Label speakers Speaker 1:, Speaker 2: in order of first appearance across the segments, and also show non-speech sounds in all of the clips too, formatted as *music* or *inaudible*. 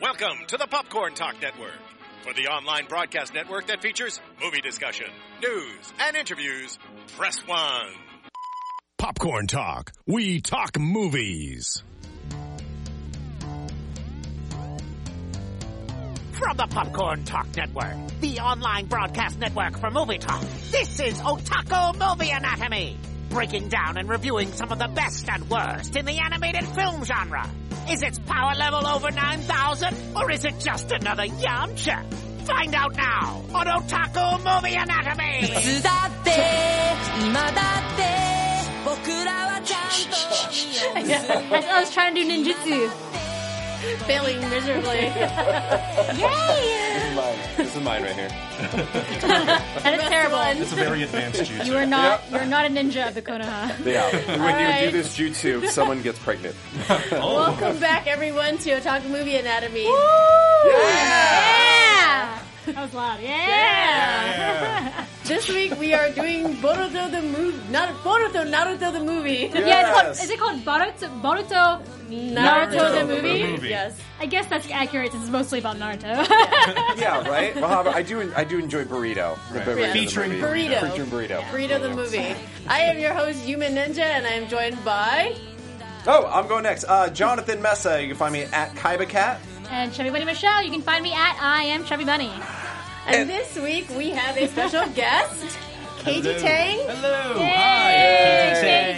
Speaker 1: Welcome to the Popcorn Talk Network, for the online broadcast network that features movie discussion, news, and interviews. Press one. Popcorn Talk. We talk movies.
Speaker 2: From the Popcorn Talk Network, the online broadcast network for movie talk, this is Otaku Movie Anatomy, breaking down and reviewing some of the best and worst in the animated film genre. Is its power level over 9,000, or is it just another Yamcha? Find out now on Otaku Movie Anatomy!
Speaker 3: いつだって今だって僕らはちゃんと
Speaker 4: I, I was trying to do ninjutsu. Failing miserably.
Speaker 5: This is mine. This is mine right here.
Speaker 4: That is terrible.
Speaker 6: It's a very advanced jutsu.
Speaker 4: You are not you're not a ninja of the Konoha.
Speaker 5: Yeah. *laughs* When you
Speaker 7: right.
Speaker 5: do this jutsu, someone gets pregnant.
Speaker 7: Welcome back, everyone, to Otaku Movie Anatomy.
Speaker 4: Yeah! That was loud. Yeah!
Speaker 7: This week we are doing Boruto the movie, not Boruto Naruto the movie.
Speaker 4: Yeah, it's called, is it called Boruto? Boruto?
Speaker 7: Naruto, the,
Speaker 6: the
Speaker 7: movie?
Speaker 6: movie.
Speaker 7: Yes.
Speaker 4: I guess that's accurate since it's mostly about Naruto.
Speaker 5: *laughs* Yeah, right. Well, however, I do. I do enjoy burrito. The
Speaker 6: Right.
Speaker 5: burrito in the
Speaker 6: Featuring
Speaker 5: movie.
Speaker 7: burrito.
Speaker 5: Featuring burrito.
Speaker 7: Burrito the movie. I am your host, Human Ninja, and I am joined by.
Speaker 5: Oh, I'm going next. Uh, Jonathan Mesa. You can find me at Kaiba Cat.
Speaker 4: and Chubby Bunny Michelle, you can find me at I am Chubby Bunny.
Speaker 7: And this week we have a special guest, Katie Tang.
Speaker 6: Hello. Hi.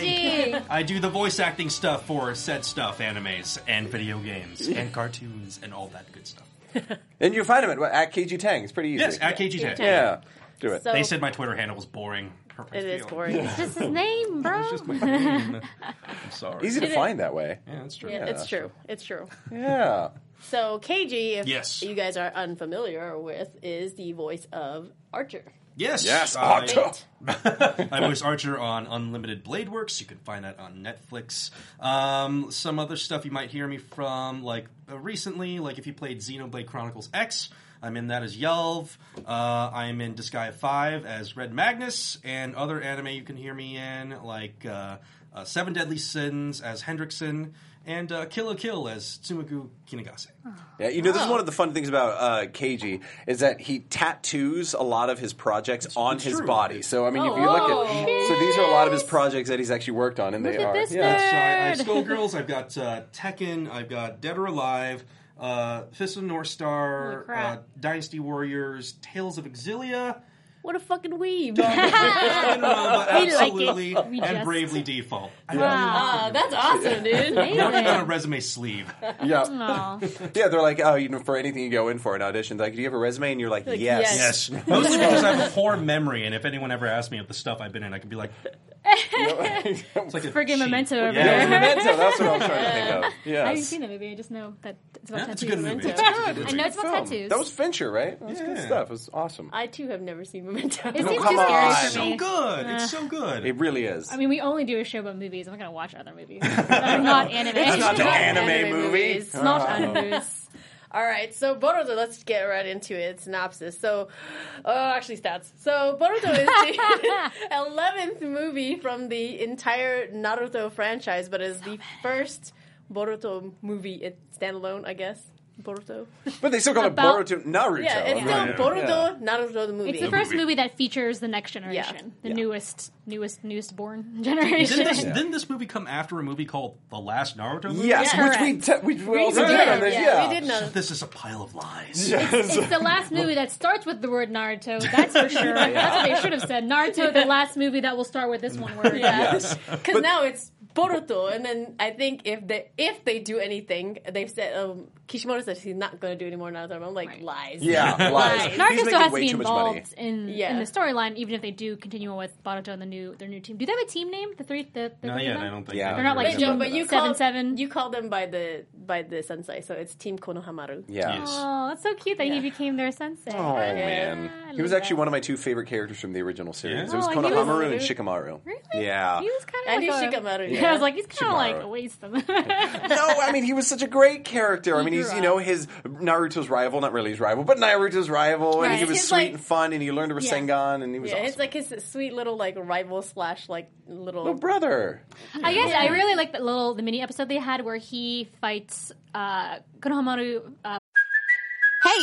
Speaker 4: Yay!
Speaker 6: I do the voice acting stuff for said stuff, animes and video games and cartoons and all that good stuff.
Speaker 5: And you can find him at, what, at KG Tang. It's pretty easy.
Speaker 6: Yes, at KG10.
Speaker 5: yeah. Do it.
Speaker 7: So
Speaker 6: They said my Twitter handle was boring.
Speaker 7: it is boring.
Speaker 4: It's just his name, bro.
Speaker 7: *laughs*
Speaker 6: I'm sorry.
Speaker 5: easy to find that way.
Speaker 6: Yeah, that's true.
Speaker 7: It's true. It's true.
Speaker 5: Yeah.
Speaker 7: So KG, if
Speaker 6: Yes.
Speaker 7: you guys are unfamiliar with, is the voice of Archer.
Speaker 6: Yes.
Speaker 5: Yes.
Speaker 6: I-
Speaker 5: Archer.
Speaker 6: *laughs* I voice Archer on Unlimited Blade Works. You can find that on Netflix. Um, some other stuff you might hear me from, like uh, recently, like if you played Xenoblade Chronicles X, I'm in that as Yelv. Uh, I'm in Disgaea 5 as Red Magnus, and other anime you can hear me in, like uh, uh, Seven Deadly Sins as Hendrickson, and uh, Kill a Kill as Tsumagu Kinagase.
Speaker 5: Yeah, you know, this is one of the fun things about uh, KG is that he tattoos a lot of his projects on his
Speaker 6: true.
Speaker 5: body. So I mean, if you look at, so these are a lot of his projects that he's actually worked on, and they
Speaker 4: at
Speaker 5: are
Speaker 4: this
Speaker 5: yeah,
Speaker 6: So I, I have
Speaker 4: Nerd.
Speaker 6: Skullgirls, I've got uh, Tekken, I've got Dead or Alive, uh, Fist of the
Speaker 4: Holy
Speaker 6: North Star,
Speaker 4: crap.
Speaker 6: uh, Dynasty Warriors, Tales of
Speaker 4: *laughs*
Speaker 6: Exilia,
Speaker 7: What a fucking weeb. *laughs*
Speaker 6: and, uh,
Speaker 4: We like it.
Speaker 6: absolutely,
Speaker 4: We
Speaker 6: and
Speaker 4: just-
Speaker 6: Bravely Default. I
Speaker 7: Ah, that's awesome, dude.
Speaker 6: don't know on a resume sleeve.
Speaker 5: yeah,
Speaker 4: Aw.
Speaker 5: yeah. They're like, oh, you know, for anything you go in for an audition, like, do you have a resume? And you're like,
Speaker 7: Like,
Speaker 5: yes.
Speaker 7: yes.
Speaker 6: Yes, mostly because I have a poor memory, and if anyone ever asks me of the stuff I've been in, I can be like,
Speaker 5: *laughs*
Speaker 6: it's like a
Speaker 4: Friggin'
Speaker 6: cheat.
Speaker 4: Memento over
Speaker 5: That was
Speaker 6: Yeah,
Speaker 4: there.
Speaker 5: Memento. That's what I was trying to think of.
Speaker 4: I haven't
Speaker 5: Yes.
Speaker 4: seen that movie. I just know that it's about
Speaker 6: Yeah,
Speaker 4: tattoos.
Speaker 6: it's a good movie. It's a good
Speaker 4: I
Speaker 6: movie.
Speaker 4: know it's about
Speaker 5: Film.
Speaker 4: tattoos.
Speaker 5: That was Fincher, right? That was good
Speaker 6: Yeah.
Speaker 5: stuff. It was awesome.
Speaker 7: I too have never seen Memento. *laughs*
Speaker 4: it seems
Speaker 5: come
Speaker 4: too scary
Speaker 5: on.
Speaker 4: for me. Uh.
Speaker 6: so good. It's so good.
Speaker 5: It really is.
Speaker 4: I mean, we only do a show about movies. I'm not going to watch other
Speaker 6: *laughs*
Speaker 4: movies that are not anime. It's *laughs*
Speaker 5: not an anime movie.
Speaker 7: movies.
Speaker 4: It's not animes.
Speaker 7: All right, so Boruto, let's get right into it. Synopsis. So, oh, actually, stats. So, Boruto is the 11th movie from the entire Naruto franchise, but is the first Boruto movie it, standalone, I guess. Boruto.
Speaker 5: but they still call
Speaker 4: About-
Speaker 5: it Boruto Naruto.
Speaker 7: Yeah, it's still
Speaker 5: Right.
Speaker 7: Boruto, Naruto the movie.
Speaker 4: It's the first movie that features the next generation,
Speaker 7: Yeah.
Speaker 4: the
Speaker 5: Yeah.
Speaker 4: newest, newest, newest born
Speaker 6: Didn't
Speaker 4: *laughs*
Speaker 6: this,
Speaker 4: generation.
Speaker 6: didn't this movie come after a movie called The Last Naruto movie?
Speaker 5: Yes,
Speaker 4: Yeah.
Speaker 5: which we, te- which we, also
Speaker 6: did,
Speaker 5: did. on this,
Speaker 7: yeah,
Speaker 5: yeah.
Speaker 7: we did know.
Speaker 6: This is a pile of lies.
Speaker 4: It's the last movie that starts with the word Naruto. That's for
Speaker 7: *laughs*
Speaker 4: sure. That's what they should have said. Naruto, the last movie that will start with this one word.
Speaker 7: Yeah. *laughs*
Speaker 5: Yes.
Speaker 7: Because now it's Boruto, and then I think if they if they do anything, they've said um, Kishimoto said he's not going to do any more Naruto. I'm like
Speaker 4: Right.
Speaker 7: lies.
Speaker 6: *laughs*
Speaker 5: Yeah, lies. He's
Speaker 4: Naruto
Speaker 5: making
Speaker 4: still has to
Speaker 5: way
Speaker 4: be
Speaker 5: too much money.
Speaker 4: involved in,
Speaker 7: Yeah.
Speaker 4: in the storyline, even if they do continue on with Boruto and the new their new team. Do they have a team name? The three, the, the
Speaker 6: Not
Speaker 4: three of
Speaker 6: yet.
Speaker 4: them?
Speaker 6: I don't think
Speaker 5: Yeah.
Speaker 6: they
Speaker 5: They're
Speaker 4: not
Speaker 6: do.
Speaker 4: like
Speaker 7: But, Joe,
Speaker 4: Jim,
Speaker 7: but you
Speaker 4: Seven,
Speaker 7: call
Speaker 4: seven.
Speaker 7: you call them by the by the sensei, so it's Team Konohamaru.
Speaker 5: Yeah.
Speaker 6: Yes.
Speaker 4: Oh, that's so cute that
Speaker 7: Yeah.
Speaker 4: he became their sensei.
Speaker 5: Oh man,
Speaker 4: I
Speaker 5: he was
Speaker 4: love
Speaker 5: actually
Speaker 4: that.
Speaker 5: one of my two favorite characters from the original series.
Speaker 6: Yeah?
Speaker 5: It was
Speaker 4: Oh, he was-
Speaker 5: Konohamaru and Shikamaru.
Speaker 4: Really?
Speaker 5: Yeah.
Speaker 4: He was kind of
Speaker 7: I
Speaker 4: like
Speaker 7: knew
Speaker 4: a,
Speaker 7: Shikamaru.
Speaker 4: Yeah, *laughs* I was like, he's kind of like
Speaker 5: Shikamaru.
Speaker 4: a waste of *laughs* him.
Speaker 5: no, I mean he was such a great character. I mean he's
Speaker 4: grew
Speaker 5: you know
Speaker 4: up.
Speaker 5: his Naruto's rival, not really his rival, but Naruto's rival, and
Speaker 4: Right.
Speaker 5: he was
Speaker 7: His,
Speaker 5: sweet
Speaker 7: like-
Speaker 5: and fun, and he learned to
Speaker 4: Yeah.
Speaker 5: Rasengan, and he was
Speaker 7: yeah,
Speaker 5: awesome.
Speaker 7: it's like his sweet little like rival slash like little.
Speaker 5: little brother.
Speaker 4: I guess I really like that little the mini episode they had where he fights uh, Konohamaru uh,
Speaker 8: Hey,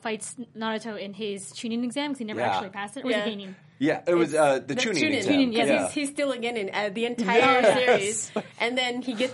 Speaker 4: Fights Naruto in his Chunin exam because he never
Speaker 5: Yeah.
Speaker 4: actually passed it. Or
Speaker 7: Yeah.
Speaker 4: the Genin.
Speaker 5: Yeah, it was uh, the, tuning.
Speaker 7: Chunin.
Speaker 5: exam.
Speaker 4: Chunin,
Speaker 7: because
Speaker 4: yes.
Speaker 5: yeah.
Speaker 7: he's, he's still again in uh, the entire series, and then he gets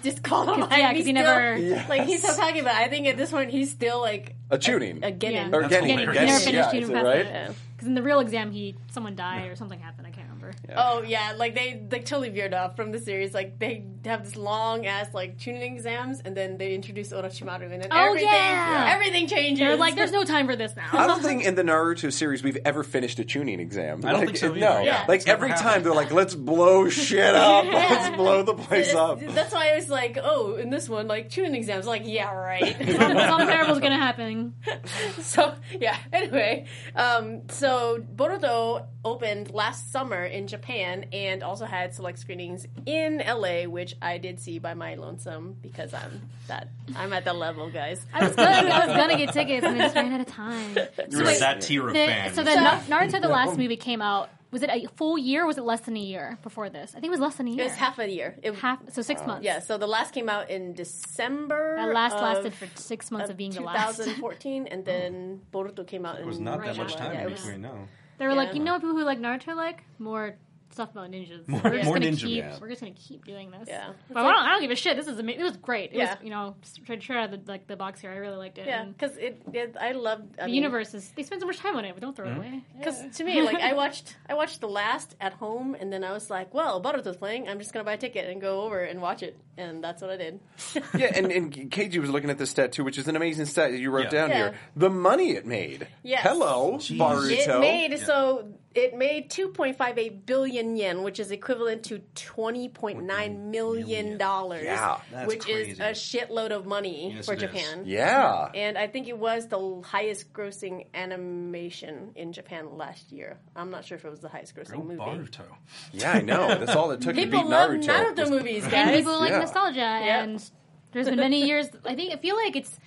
Speaker 4: *laughs*
Speaker 7: disqualified.
Speaker 4: yeah,
Speaker 7: and
Speaker 4: 'cause
Speaker 7: he's
Speaker 4: he
Speaker 7: still-
Speaker 4: never-
Speaker 7: like he's Hokage, but I think at this point he's still like
Speaker 5: a tuning.
Speaker 7: again.
Speaker 4: Yeah.
Speaker 5: Or
Speaker 4: That's
Speaker 5: getting,
Speaker 6: hilarious.
Speaker 4: He
Speaker 5: getting-
Speaker 4: never
Speaker 6: Yes,
Speaker 4: finished
Speaker 5: yeah,
Speaker 4: Chunin
Speaker 5: is it
Speaker 4: past
Speaker 5: right?
Speaker 4: it. Because in the real exam, he someone died or something happened. I can't remember.
Speaker 7: Oh yeah, like they like totally veered off from the series. Like they have this long ass like tuning exams, and then they introduce Orochimaru, and then
Speaker 4: Oh,
Speaker 7: everything
Speaker 4: yeah.
Speaker 7: everything changes.
Speaker 4: They're like, there's no time for this
Speaker 5: I
Speaker 4: now.
Speaker 5: don't think in the Naruto series we've ever finished a tuning exam.
Speaker 6: I don't
Speaker 5: Like,
Speaker 6: think so either,
Speaker 5: No,
Speaker 6: yeah.
Speaker 5: like
Speaker 6: It's never
Speaker 5: every
Speaker 6: happened.
Speaker 5: time they're like, "Let's blow shit
Speaker 7: *laughs*
Speaker 5: up. Let's blow the place up."
Speaker 7: That's why I was like, oh, in this one, like tuning exams, like yeah,
Speaker 4: *laughs*
Speaker 7: right.
Speaker 4: *laughs*
Speaker 7: *laughs*
Speaker 4: Something terrible's gonna happen.
Speaker 7: so yeah. Anyway, um, so Boruto opened last summer in Japan and also had select screenings in LA, which I did see by my lonesome because I'm that I'm at that level, guys.
Speaker 4: I was gonna, I was gonna get tickets and I just ran out of
Speaker 5: *laughs*
Speaker 4: time.
Speaker 6: You were that tier of
Speaker 4: The-
Speaker 6: fans.
Speaker 4: so then Na- Naruto, the last movie came out. Was it a full year? or Was it less than a year before this? I think it was less than a year.
Speaker 7: It was half a year. It,
Speaker 4: Half- so
Speaker 5: Uh,
Speaker 4: six months.
Speaker 7: Yeah, so the last came out in December.
Speaker 4: That last lasted
Speaker 7: of-
Speaker 4: for six months of,
Speaker 7: of
Speaker 4: being the last.
Speaker 7: 2014, and then Boruto came out.
Speaker 6: It was
Speaker 7: in
Speaker 6: not that
Speaker 4: Right.
Speaker 6: much
Speaker 4: Yeah,
Speaker 6: time
Speaker 7: it
Speaker 6: in
Speaker 7: was-
Speaker 6: between, no.
Speaker 4: *laughs* They were like,
Speaker 7: Yeah.
Speaker 4: you know what people who like Naruto like? More stuff about ninjas.
Speaker 6: More-
Speaker 4: we're just
Speaker 6: more
Speaker 4: gonna
Speaker 6: ninja
Speaker 4: keep,
Speaker 6: moves.
Speaker 4: We're just gonna keep doing this.
Speaker 7: Yeah.
Speaker 4: But I, don't, I don't give a shit. This is amazing. It was great. It
Speaker 7: Yeah.
Speaker 4: was, you know, straight straight out of the, like, the box here. I really liked it.
Speaker 7: Yeah,
Speaker 4: And
Speaker 7: because it, it. I loved I
Speaker 4: the
Speaker 7: mean,
Speaker 4: universe is, they spend so much time on it, but don't
Speaker 6: Hmm?
Speaker 4: throw it away.
Speaker 7: Because to me, like I watched, I watched the last at home, and then I was like, "Well, Boruto's playing. I'm just gonna buy a ticket and go over and watch it." And that's what I
Speaker 6: *laughs*
Speaker 7: did.
Speaker 5: Yeah, and, and KG was looking at this stat too, which is an amazing stat that you wrote
Speaker 6: Yeah.
Speaker 5: down
Speaker 7: Yeah.
Speaker 5: here. The money it made.
Speaker 7: Yes.
Speaker 5: Hello,
Speaker 7: It
Speaker 5: Baruto.
Speaker 7: made so it made 2.58 billion yen, which is equivalent to 20.9 million dollars,
Speaker 5: Yeah.
Speaker 6: That's
Speaker 7: which is
Speaker 6: crazy.
Speaker 7: a shitload of money
Speaker 6: Yes,
Speaker 7: for
Speaker 6: it is.
Speaker 7: Japan.
Speaker 5: yeah.
Speaker 7: And I think it was the highest grossing animation in Japan last year. I'm not sure if it was the highest grossing
Speaker 6: Go
Speaker 7: movie.
Speaker 6: Baruto.
Speaker 5: Yeah, I know. That's all it took to
Speaker 7: People
Speaker 5: beat
Speaker 7: love
Speaker 5: Naruto.
Speaker 7: none of the
Speaker 4: *laughs*
Speaker 5: Was-
Speaker 7: movies,
Speaker 4: and
Speaker 7: guys.
Speaker 4: people like
Speaker 5: Yeah.
Speaker 4: nostalgia and there's been many years i think i feel like it's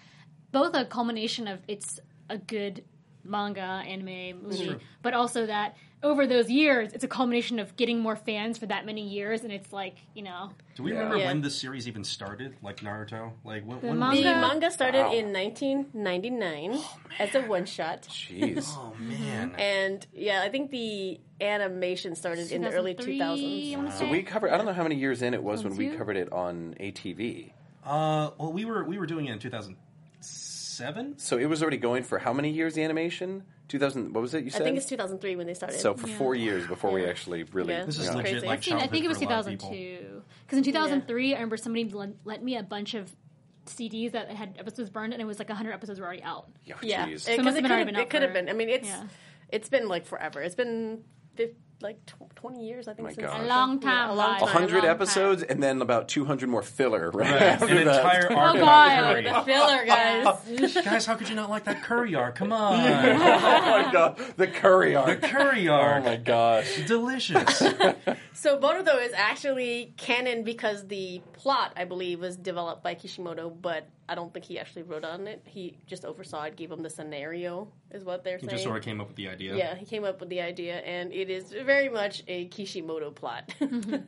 Speaker 4: both a culmination of it's a good manga anime movie but also that over those years it's a culmination of getting more fans for that many years and it's like you know
Speaker 6: Do we remember
Speaker 7: Yeah.
Speaker 6: when this series even started? Like Naruto? Like when, when
Speaker 4: manga-
Speaker 7: The
Speaker 4: Yeah.
Speaker 7: manga started in 1999 as a one shot.
Speaker 5: Oh,
Speaker 7: *laughs*
Speaker 5: Jeez.
Speaker 4: Mm-hmm.
Speaker 6: Oh man.
Speaker 7: And yeah, I think the animation started in the early
Speaker 4: 2003,
Speaker 7: 2000s.
Speaker 4: I wanna
Speaker 5: So
Speaker 4: say.
Speaker 5: we covered. I don't know how many years in it
Speaker 7: Oh,
Speaker 5: was when we
Speaker 4: Two?
Speaker 5: covered it on ATV.
Speaker 6: Uh, well, we were we were doing it in 2007.
Speaker 5: So it was already going for how many years? The animation. Two thousand. What was it? You
Speaker 7: I
Speaker 5: said.
Speaker 7: think it's 2003 when they started.
Speaker 5: so for four years before we actually really.
Speaker 7: Yeah.
Speaker 6: This is
Speaker 5: Yeah.
Speaker 6: legit.
Speaker 7: Crazy.
Speaker 6: Like
Speaker 7: I've
Speaker 4: I think- I think it was
Speaker 6: childhood for a lot of people.
Speaker 4: 2002. Because in 2003, I remember somebody l- lent me a bunch of CDs that had episodes burned, and it was like 100 episodes were already out.
Speaker 5: Yeah,
Speaker 7: yeah,
Speaker 5: jeez.
Speaker 7: because
Speaker 4: So it
Speaker 7: it,
Speaker 4: must have been
Speaker 7: could
Speaker 4: already been
Speaker 7: have been,
Speaker 4: out
Speaker 7: it could have
Speaker 4: for-
Speaker 7: been. I mean, it's
Speaker 4: yeah.
Speaker 7: it's been like forever. It's been fif- like tw- 20 years, I think.
Speaker 5: My
Speaker 7: since
Speaker 5: gosh.
Speaker 4: A long time,
Speaker 7: a long
Speaker 4: guys.
Speaker 7: time.
Speaker 5: 100
Speaker 4: long
Speaker 5: episodes and then about 200 more filler right, *laughs* after
Speaker 6: An
Speaker 5: that.
Speaker 6: entire arc
Speaker 4: Oh,
Speaker 6: about
Speaker 4: God.
Speaker 6: Curry.
Speaker 7: filler, *laughs* guys.
Speaker 6: Guys, how could you not like that Curry
Speaker 5: *laughs*
Speaker 6: arc? Come on,
Speaker 5: oh my god the curry
Speaker 6: the
Speaker 5: arc
Speaker 6: Curry
Speaker 5: oh
Speaker 6: arc,
Speaker 5: my gosh
Speaker 4: *laughs*
Speaker 6: delicious.
Speaker 7: So Boruto is actually canon because the plot, I believe, was developed by Kishimoto, but I don't think he actually wrote on it. He just oversaw it, gave him the scenario, is what they're
Speaker 6: He
Speaker 7: saying.
Speaker 6: just sort of came up with the idea.
Speaker 7: yeah, he came up with the idea, and it is very much a Kishimoto plot.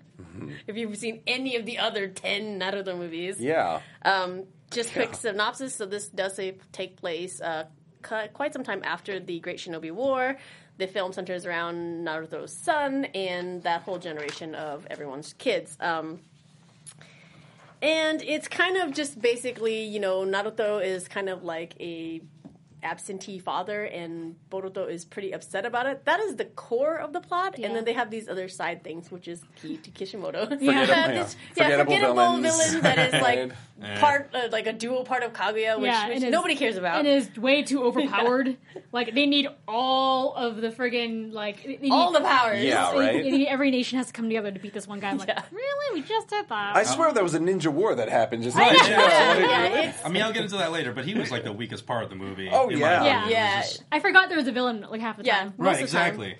Speaker 7: *laughs* if you've seen any of the other ten Naruto movies,
Speaker 5: yeah
Speaker 7: um, just quick synopsis. So this does say- take place uh, cu- quite some time after the Great Shinobi War. The film centers around Naruto's son and that whole generation of everyone's kids. Um, and it's kind of just basically, you know, Naruto is kind of like a absentee father, and Boruto is pretty upset about it. That is the core of the plot,
Speaker 4: Yeah.
Speaker 7: and then they have these other side things, which is key to Kishimoto.
Speaker 4: Yeah.
Speaker 5: Forgettable-
Speaker 7: This-
Speaker 5: yeah.
Speaker 7: *laughs* yeah,
Speaker 5: Forgettable
Speaker 7: forgettable,
Speaker 5: villains.
Speaker 7: villain that is like
Speaker 6: Right.
Speaker 7: part, uh, like a dual part of Kaguya, which,
Speaker 4: Yeah,
Speaker 7: which
Speaker 4: it is-
Speaker 7: nobody cares about.
Speaker 4: It is way
Speaker 7: *laughs*
Speaker 4: too overpowered. Like they need all of the friggin' like they need-
Speaker 7: all the powers.
Speaker 5: Yeah.
Speaker 4: they-
Speaker 5: right?
Speaker 4: they need- every nation has to come together to beat this one guy. I'm like,
Speaker 7: Yeah.
Speaker 4: really? We just did that.
Speaker 5: I swear there was a ninja war that happened just
Speaker 6: Right,
Speaker 5: like,
Speaker 6: yeah.
Speaker 7: Yeah, it's,
Speaker 6: I mean, I'll get into that later, but he was like the weakest part of the movie.
Speaker 5: Oh,
Speaker 6: in
Speaker 5: Yeah.
Speaker 6: my opinion.
Speaker 7: Yeah.
Speaker 6: It's just-
Speaker 4: I forgot there was a villain like half the
Speaker 7: Yeah.
Speaker 4: time.
Speaker 7: Most of
Speaker 6: right,
Speaker 7: the
Speaker 6: exactly.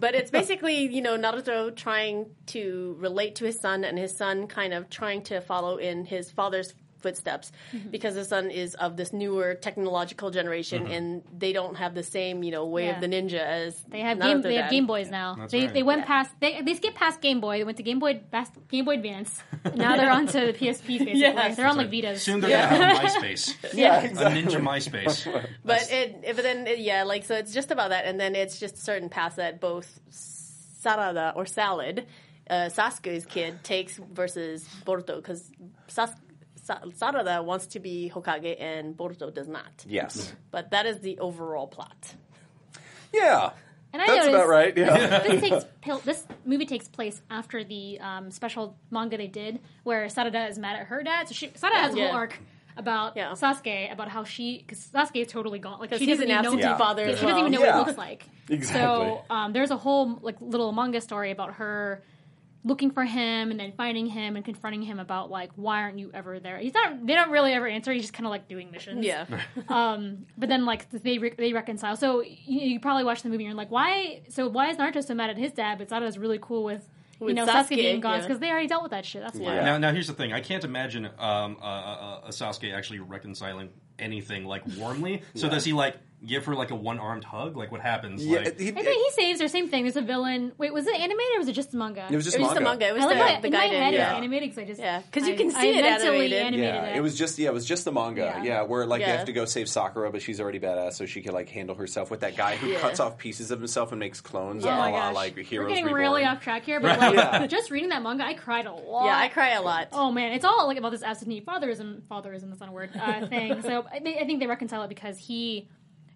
Speaker 7: But it's basically, you know, Naruto trying to relate to his son and his son kind of trying to follow in his father's footsteps
Speaker 4: Mm-hmm.
Speaker 7: because his son is of this newer technological generation and they don't have the same, you know, way
Speaker 4: Yeah.
Speaker 7: of the ninja as
Speaker 4: They have
Speaker 7: Naruto
Speaker 4: game. They have
Speaker 7: dad.
Speaker 4: Game Boys now.
Speaker 6: That's
Speaker 4: they
Speaker 6: right.
Speaker 4: they went past. They they skipped past Game Boy. They went to Game Boy past Game Boy
Speaker 7: *laughs*
Speaker 4: Advance. now they're on to the PSP. Basically,
Speaker 7: Yes.
Speaker 4: they're on like Vitas.
Speaker 6: Soon they're going to have a MySpace.
Speaker 5: Yeah,
Speaker 6: A
Speaker 5: *laughs*
Speaker 6: ninja MySpace.
Speaker 7: But it, but then it, yeah, like so it's just about that, and then it's just certain paths that both Sarada or Salad, uh, Sasuke's kid takes versus Boruto because Sas- Sa- Sarada wants to be Hokage and Boruto does not.
Speaker 5: Yes.
Speaker 7: But that is the
Speaker 4: *laughs*
Speaker 7: overall plot.
Speaker 5: Yeah.
Speaker 4: And I
Speaker 5: That's
Speaker 4: noticed-
Speaker 5: about right. Yeah.
Speaker 4: *laughs* this takes pil- this movie takes place after the um, special manga they did where Sarada is mad at her dad. So she Sarada has a whole
Speaker 7: Yeah.
Speaker 4: arc about
Speaker 7: Yeah.
Speaker 4: Sasuke about how she because Sasuke is totally gone. Like
Speaker 7: Because
Speaker 4: she
Speaker 7: he's
Speaker 4: doesn't even
Speaker 7: an
Speaker 4: know
Speaker 7: absentee
Speaker 5: Yeah.
Speaker 7: father.
Speaker 4: yeah,
Speaker 7: as
Speaker 4: she doesn't
Speaker 7: well.
Speaker 4: even know
Speaker 5: Yeah.
Speaker 4: what it looks like.
Speaker 5: Exactly.
Speaker 4: So um, there's a whole like little manga story about her looking for him and then finding him and confronting him about like why aren't you ever there? He's not. They don't really ever answer. He's just kind of like doing missions.
Speaker 7: Yeah,
Speaker 4: But then, like they re- they reconcile. So you, you probably watch the movie and you're like, why? So why is Naruto so mad at his dad? But Sada's really cool with you
Speaker 7: With
Speaker 4: know Sasuke,
Speaker 7: Sasuke,
Speaker 4: being gone
Speaker 7: yeah.
Speaker 4: because they already dealt with that shit. That's why.
Speaker 6: Now, now here's the thing. I can't imagine um, uh, uh, uh, Sasuke actually reconciling anything like warmly. So does he like give her like a one armed hug? Like what happens?
Speaker 5: Yeah,
Speaker 6: like,
Speaker 5: he-
Speaker 4: I think he saves her. Same thing. There's a villain. Wait, was it animated or was it just manga?
Speaker 5: it was just
Speaker 7: it was just
Speaker 5: manga.
Speaker 7: the manga. It was
Speaker 4: I like
Speaker 7: the,
Speaker 4: how it-
Speaker 7: the
Speaker 4: in my
Speaker 7: guy
Speaker 4: head
Speaker 5: Yeah.
Speaker 4: it's animated because I just
Speaker 7: Yeah, 'cause you
Speaker 4: I-
Speaker 7: can
Speaker 4: I
Speaker 7: see it
Speaker 4: mentally
Speaker 7: animated.
Speaker 4: animated
Speaker 5: Yeah,
Speaker 4: it.
Speaker 5: it was just yeah, it was just the manga. Yeah,
Speaker 4: Yeah.
Speaker 5: where like they
Speaker 7: Yeah.
Speaker 5: have to go save Sakura, but she's already badass, so she can like handle herself with that guy who
Speaker 7: Yeah.
Speaker 5: cuts off pieces of himself and makes clones.
Speaker 4: Oh
Speaker 5: a
Speaker 4: my
Speaker 5: la,
Speaker 4: gosh,
Speaker 5: like heroes.
Speaker 4: we're getting
Speaker 5: Reborn.
Speaker 4: really off track here, but like *laughs*
Speaker 5: Yeah.
Speaker 4: just reading that manga, I cried a lot.
Speaker 7: yeah, I cry a lot.
Speaker 4: Oh man, it's all like about this absentee fatherism, fatherism, that's not a word,
Speaker 7: *laughs*
Speaker 4: uh, thing. So I, thi- I think they reconcile it because he,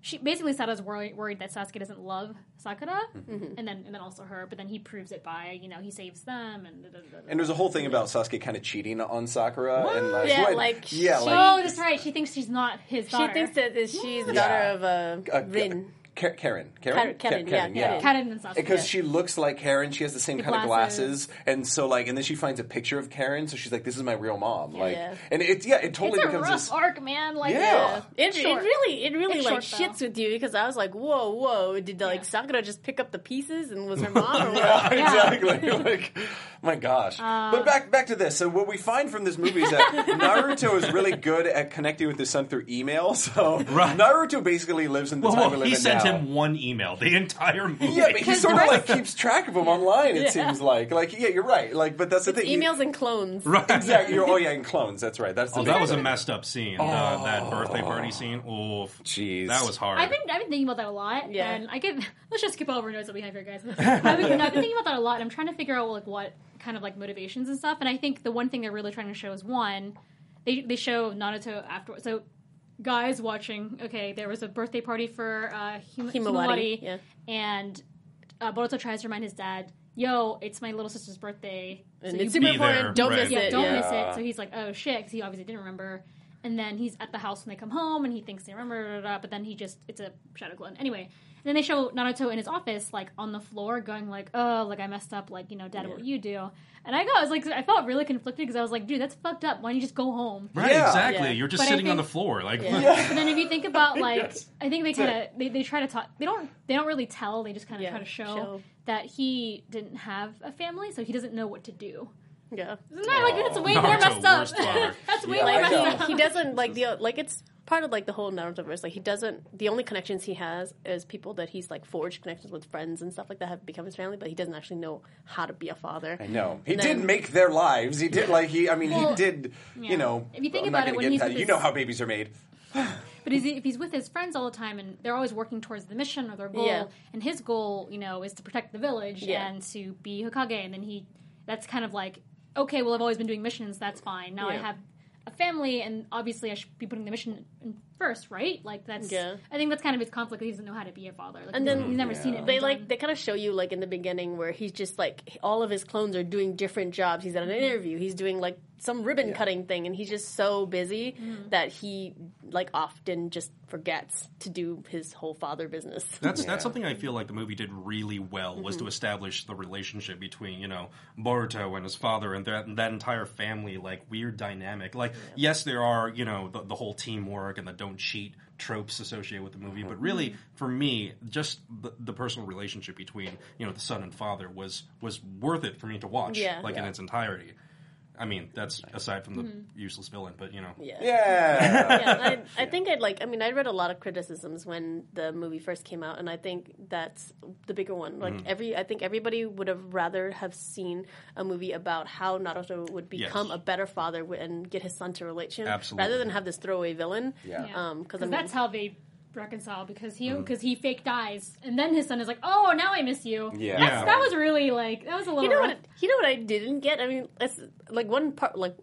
Speaker 4: she basically Sada's worried, worried that Sasuke doesn't love Sakura,
Speaker 7: Mm-hmm.
Speaker 4: and then and then also her, but then he proves it by you know he saves them and. Da, da, da, da.
Speaker 5: And there's a whole thing about Sasuke kind of cheating on Sakura and like
Speaker 7: Yeah,
Speaker 5: what-
Speaker 7: like,
Speaker 5: yeah,
Speaker 7: she-
Speaker 5: like
Speaker 4: oh, that's right. She thinks she's not his
Speaker 7: She
Speaker 4: daughter.
Speaker 7: thinks that is- she's the
Speaker 5: Yeah.
Speaker 7: daughter of uh,
Speaker 5: uh,
Speaker 7: Rin.
Speaker 5: Ka- Karen, Karen,
Speaker 7: Karen,
Speaker 5: Ka-
Speaker 7: Karen, yeah, Karen.
Speaker 4: Kaden and Sasuke.
Speaker 5: Because she looks like Karen, she has the same kind
Speaker 4: glasses.
Speaker 5: of glasses, and so like, and then she finds a picture of Karen, so she's like, "This is my real mom." Like,
Speaker 7: Yeah.
Speaker 5: and it's yeah, it totally
Speaker 4: it's a
Speaker 5: becomes
Speaker 4: rough
Speaker 5: this.
Speaker 4: arc, man. Like, uh,
Speaker 5: Yeah.
Speaker 7: It, it
Speaker 4: Short.
Speaker 7: really, it really
Speaker 4: It's
Speaker 7: like
Speaker 4: short,
Speaker 7: shits
Speaker 4: though.
Speaker 7: with you because I was like, whoa, whoa, did like
Speaker 4: Yeah.
Speaker 7: Sakura just pick up the pieces and was her mom or
Speaker 5: *laughs*
Speaker 7: what?
Speaker 5: exactly. *laughs* Like, my gosh.
Speaker 7: Uh.
Speaker 5: but back back to this. So what we find from this movie is
Speaker 7: *laughs*
Speaker 5: that Naruto is really good at connecting with his son through email. So
Speaker 6: Right.
Speaker 5: Naruto basically lives in the
Speaker 6: Whoa,
Speaker 5: time
Speaker 6: whoa,
Speaker 5: we live
Speaker 6: he
Speaker 5: in
Speaker 6: sent
Speaker 5: now.
Speaker 6: him one email the entire movie.
Speaker 5: yeah, but *laughs*
Speaker 6: *laughs*
Speaker 5: he sort of like keeps
Speaker 4: *laughs*
Speaker 5: track of him online. It seems like, like yeah, you're right. Like, but that's the thing.
Speaker 7: Emails and clones.
Speaker 5: *laughs*
Speaker 6: right.
Speaker 5: Yeah, you're, oh yeah, and clones. That's right. That's the
Speaker 6: Oh, that was a
Speaker 5: mess.
Speaker 6: messed up scene. uh, that birthday party scene. Oh,
Speaker 5: Jeez.
Speaker 6: that was hard.
Speaker 4: I've been I've been thinking about that a lot.
Speaker 7: Yeah.
Speaker 4: And I could *laughs* let's just skip over notes that we have here,
Speaker 7: *laughs*
Speaker 4: guys. I've been, I've been thinking about that a lot. and I'm trying to figure out like what kind of like motivations and stuff. And I think the one thing they're really trying to show is one, they they show Naruto afterwards. So guys watching, okay, there was a birthday party for uh, Him-
Speaker 7: Himawari,
Speaker 4: Himawari,
Speaker 7: yeah.
Speaker 4: and uh, Boruto tries to remind his dad, "Yo, it's my little sister's birthday, so
Speaker 7: And
Speaker 4: you
Speaker 7: it's super
Speaker 6: Be there,
Speaker 7: important. Don't
Speaker 6: right.
Speaker 7: miss
Speaker 4: yeah,
Speaker 7: it.
Speaker 4: don't
Speaker 7: yeah.
Speaker 4: miss it. So he's like, oh shit, because he obviously didn't remember. And then he's at the house when they come home, and he thinks they remember, da, da, da, but then he just it's a shadow clone. Anyway, and then they show Naruto in his office, like on the floor, going like, oh, like I messed up, like you know, Dad, what you do? And I got, I was like, I felt really conflicted because I was like, dude, that's fucked up. Why don't you just go home?
Speaker 6: right,
Speaker 5: Yeah.
Speaker 6: exactly.
Speaker 7: Yeah.
Speaker 6: You're just
Speaker 4: But I
Speaker 6: sitting on the
Speaker 4: think-
Speaker 6: floor. Like,
Speaker 4: But then if you think
Speaker 7: *laughs*
Speaker 4: about like, I think they kind of they, they try to talk. They don't they don't really tell. They just kind of
Speaker 7: Yeah,
Speaker 4: try to show,
Speaker 7: show.
Speaker 4: that he didn't have a family, so he doesn't know what to do.
Speaker 7: Yeah.
Speaker 4: Isn't that like that's way more
Speaker 6: Naruto,
Speaker 4: messed up?
Speaker 6: worst father.
Speaker 4: *laughs* that's way
Speaker 5: Yeah,
Speaker 4: more
Speaker 5: I
Speaker 4: messed
Speaker 5: know.
Speaker 4: up.
Speaker 7: He- he doesn't like the like it's part of like the whole Naruto verse. Like he doesn't. The only connections he has is people that he's like forged connections with friends and stuff like that have become his family. But he doesn't actually know how to be a father. I
Speaker 5: No, he
Speaker 7: And
Speaker 5: did
Speaker 7: then-
Speaker 5: make their lives. He did like he. I mean, he
Speaker 4: Well,
Speaker 5: did.
Speaker 4: yeah.
Speaker 5: You know,
Speaker 4: If you think
Speaker 5: I'm not
Speaker 4: about it,
Speaker 5: gonna
Speaker 4: when
Speaker 5: get
Speaker 4: he's
Speaker 5: that-
Speaker 4: with
Speaker 5: you
Speaker 4: his-
Speaker 5: know how babies
Speaker 4: *laughs*
Speaker 5: are made.
Speaker 4: But is he, if he's with his friends all the time and they're always working towards the mission or their goal,
Speaker 7: Yeah.
Speaker 4: and his goal, you know, is to protect the village
Speaker 7: Yeah.
Speaker 4: and to be Hokage, and then he, that's kind of like, okay, well, I've always been doing missions, that's fine. Now I
Speaker 7: Yeah.
Speaker 4: have a family, and obviously I should be putting the mission in first, right? Like that's,
Speaker 7: Yeah.
Speaker 4: I think that's kind of his conflict. He doesn't know how to be a father, like,
Speaker 7: And
Speaker 4: and
Speaker 7: then-
Speaker 4: then he's never seen it.
Speaker 7: They
Speaker 4: been
Speaker 7: like
Speaker 4: done.
Speaker 7: they kind of show you like in the beginning where he's just like all of his clones are doing different jobs. He's at an interview. He's doing like some ribbon cutting thing, and he's just so busy that he like often just forgets to do his whole father business.
Speaker 6: That's that's something I feel like the movie did really well was to establish the relationship between you know Boruto and his father and that that entire family like weird dynamic. Like yes, there are you know the, the whole teamwork and the don't cheat tropes associated with the movie. But really, for me, just the, the personal relationship between you know the son and father was was worth it for me to watch,
Speaker 7: Yeah.
Speaker 6: like in its entirety. I mean, that's aside from the useless villain, but you know,
Speaker 7: Yeah.
Speaker 5: Yeah.
Speaker 7: yeah, I, I think I'd like. I mean, I read a lot of criticisms when the movie first came out, and I think that's the bigger one. Like every, I think everybody would have rather have seen a movie about how Naruto would become a better father wi- and get his son to relate to him, rather
Speaker 6: Absolutely.
Speaker 7: than have this throwaway villain.
Speaker 5: Yeah.
Speaker 4: Yeah.
Speaker 7: Um, because I
Speaker 4: Because
Speaker 7: mean,
Speaker 4: that's how they reconcile because he
Speaker 6: Mm.
Speaker 4: because he fake dies and then his son is like oh now I miss you
Speaker 5: Yeah.
Speaker 4: That's-
Speaker 6: Yeah.
Speaker 4: that was really like that was a little
Speaker 7: you know
Speaker 4: rough.
Speaker 7: what? You know what I didn't get. I mean, it's like one part, like.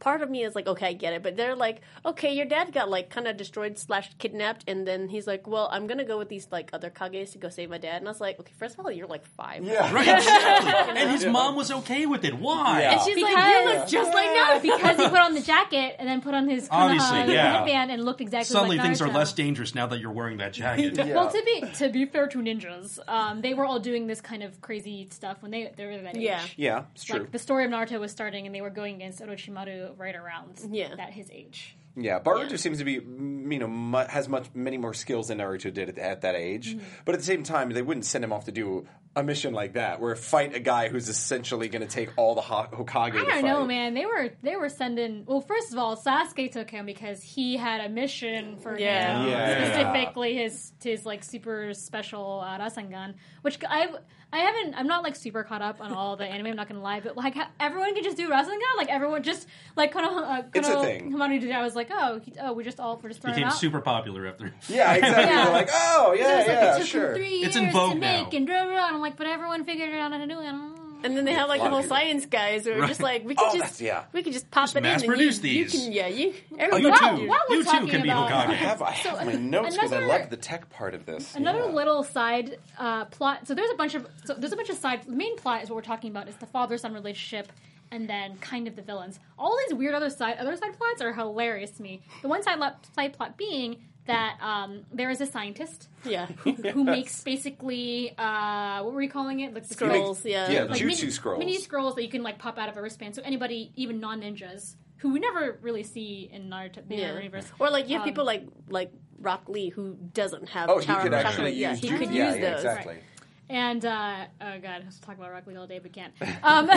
Speaker 7: Part of me is like, okay, I get it, but they're like, okay, your dad got like kind of destroyed slash kidnapped, and then he's like, well, I'm gonna go with these like other kages to go save my dad, and I was like, okay, first of all, you're like five,
Speaker 5: Yeah.
Speaker 6: right? exactly. *laughs* And his mom was okay with it. Why?
Speaker 5: Yeah.
Speaker 4: And she's
Speaker 7: Because-
Speaker 4: like, you look just like Naruto because he put on the jacket and then put on his Konoha
Speaker 6: Obviously, yeah.
Speaker 4: headband and looked exactly
Speaker 6: Suddenly,
Speaker 4: like Naruto.
Speaker 6: things are less dangerous now that you're wearing
Speaker 5: *laughs*
Speaker 6: that jacket.
Speaker 4: Well, to be to be fair to ninjas, um, they were all doing this kind of crazy stuff when they they were that age.
Speaker 7: Yeah.
Speaker 5: Yeah, it's
Speaker 4: Like
Speaker 5: true.
Speaker 4: the story of Naruto was starting, and they were going against Orochimaru right around
Speaker 7: Yeah.
Speaker 4: that his age.
Speaker 5: Yeah, Baruto seems to be, mm, you know, mu- has much many more skills than Naruto did at, at that age.
Speaker 4: Mm-hmm.
Speaker 5: But at the same time, they wouldn't send him off to do a mission like that, where fight a guy who's essentially going to take all the ho- Hokage.
Speaker 4: I don't know, man. They were they were sending. Well, first of all, Sasuke took him because he had a mission for
Speaker 7: Yeah.
Speaker 4: him,
Speaker 5: Yeah.
Speaker 4: specifically his his like super special uh, Rasengan, which I I haven't. I'm not like super caught up on all the anime. I'm not gonna lie, but like ha- everyone can just do Rasengan. Like everyone just like kind of uh,
Speaker 5: It's a
Speaker 4: Konoha-
Speaker 5: thing.
Speaker 4: Hamaru did. it. I was like, oh, he, oh, we just all we're just throwing it
Speaker 6: Became
Speaker 4: out.
Speaker 6: super popular after.
Speaker 4: *laughs*
Speaker 5: Yeah, exactly.
Speaker 4: Yeah.
Speaker 5: They're like, oh,
Speaker 4: So
Speaker 5: yeah,
Speaker 4: it's like, it
Speaker 5: yeah,
Speaker 4: took him
Speaker 5: sure.
Speaker 4: three years
Speaker 6: It's in vogue
Speaker 4: to
Speaker 6: now.
Speaker 4: make and blah, blah, blah. And I'm like, but everyone figured it out how to do it. I don't know.
Speaker 7: And then they have like the
Speaker 5: lot
Speaker 7: whole
Speaker 5: of people.
Speaker 7: science guys who are just
Speaker 5: *laughs*
Speaker 7: like, we can
Speaker 5: Oh,
Speaker 7: just
Speaker 5: that's- yeah.
Speaker 7: we can just pop it
Speaker 6: mass
Speaker 7: in. and
Speaker 6: produce
Speaker 7: you,
Speaker 6: these.
Speaker 7: You can, yeah, you.
Speaker 6: Oh,
Speaker 7: Everyone
Speaker 6: *laughs* you
Speaker 4: Wow,
Speaker 6: too.
Speaker 4: what we're
Speaker 6: You too
Speaker 4: talking
Speaker 6: can be
Speaker 4: about. *laughs*
Speaker 5: I
Speaker 6: Hokage.
Speaker 5: have I have my notes because I
Speaker 4: another-
Speaker 5: love the tech part of this.
Speaker 4: Another
Speaker 5: yeah.
Speaker 4: little side uh, plot. So there's a bunch of so there's a bunch of side. The main plot is what we're talking about is the father son relationship, and then kind of the villains. All these weird other side other side plots are hilarious to me. The one side, lo- side plot being that um, there is a scientist
Speaker 7: Yeah,
Speaker 6: *laughs*
Speaker 4: who makes basically uh, what were you calling it? Like the
Speaker 7: scrolls. Yeah,
Speaker 5: yeah,
Speaker 4: like
Speaker 5: jutsu
Speaker 4: mini,
Speaker 5: scrolls.
Speaker 4: mini scrolls that you can like pop out of a wristband. So anybody, even non ninjas, who we never really see in Naruto, the
Speaker 7: yeah.
Speaker 4: Naruto universe,
Speaker 7: Or like you
Speaker 6: Um,
Speaker 7: have people like like Rock Lee who doesn't have.
Speaker 5: Oh, he
Speaker 7: power
Speaker 5: could
Speaker 7: of
Speaker 5: actually
Speaker 7: chakra. yeah,
Speaker 5: use
Speaker 7: he
Speaker 5: jutsu.
Speaker 7: could
Speaker 5: yeah,
Speaker 7: use
Speaker 5: yeah,
Speaker 7: those.
Speaker 5: exactly.
Speaker 4: and uh, oh god, I was talking about Rock Lee all day, but can't. Um,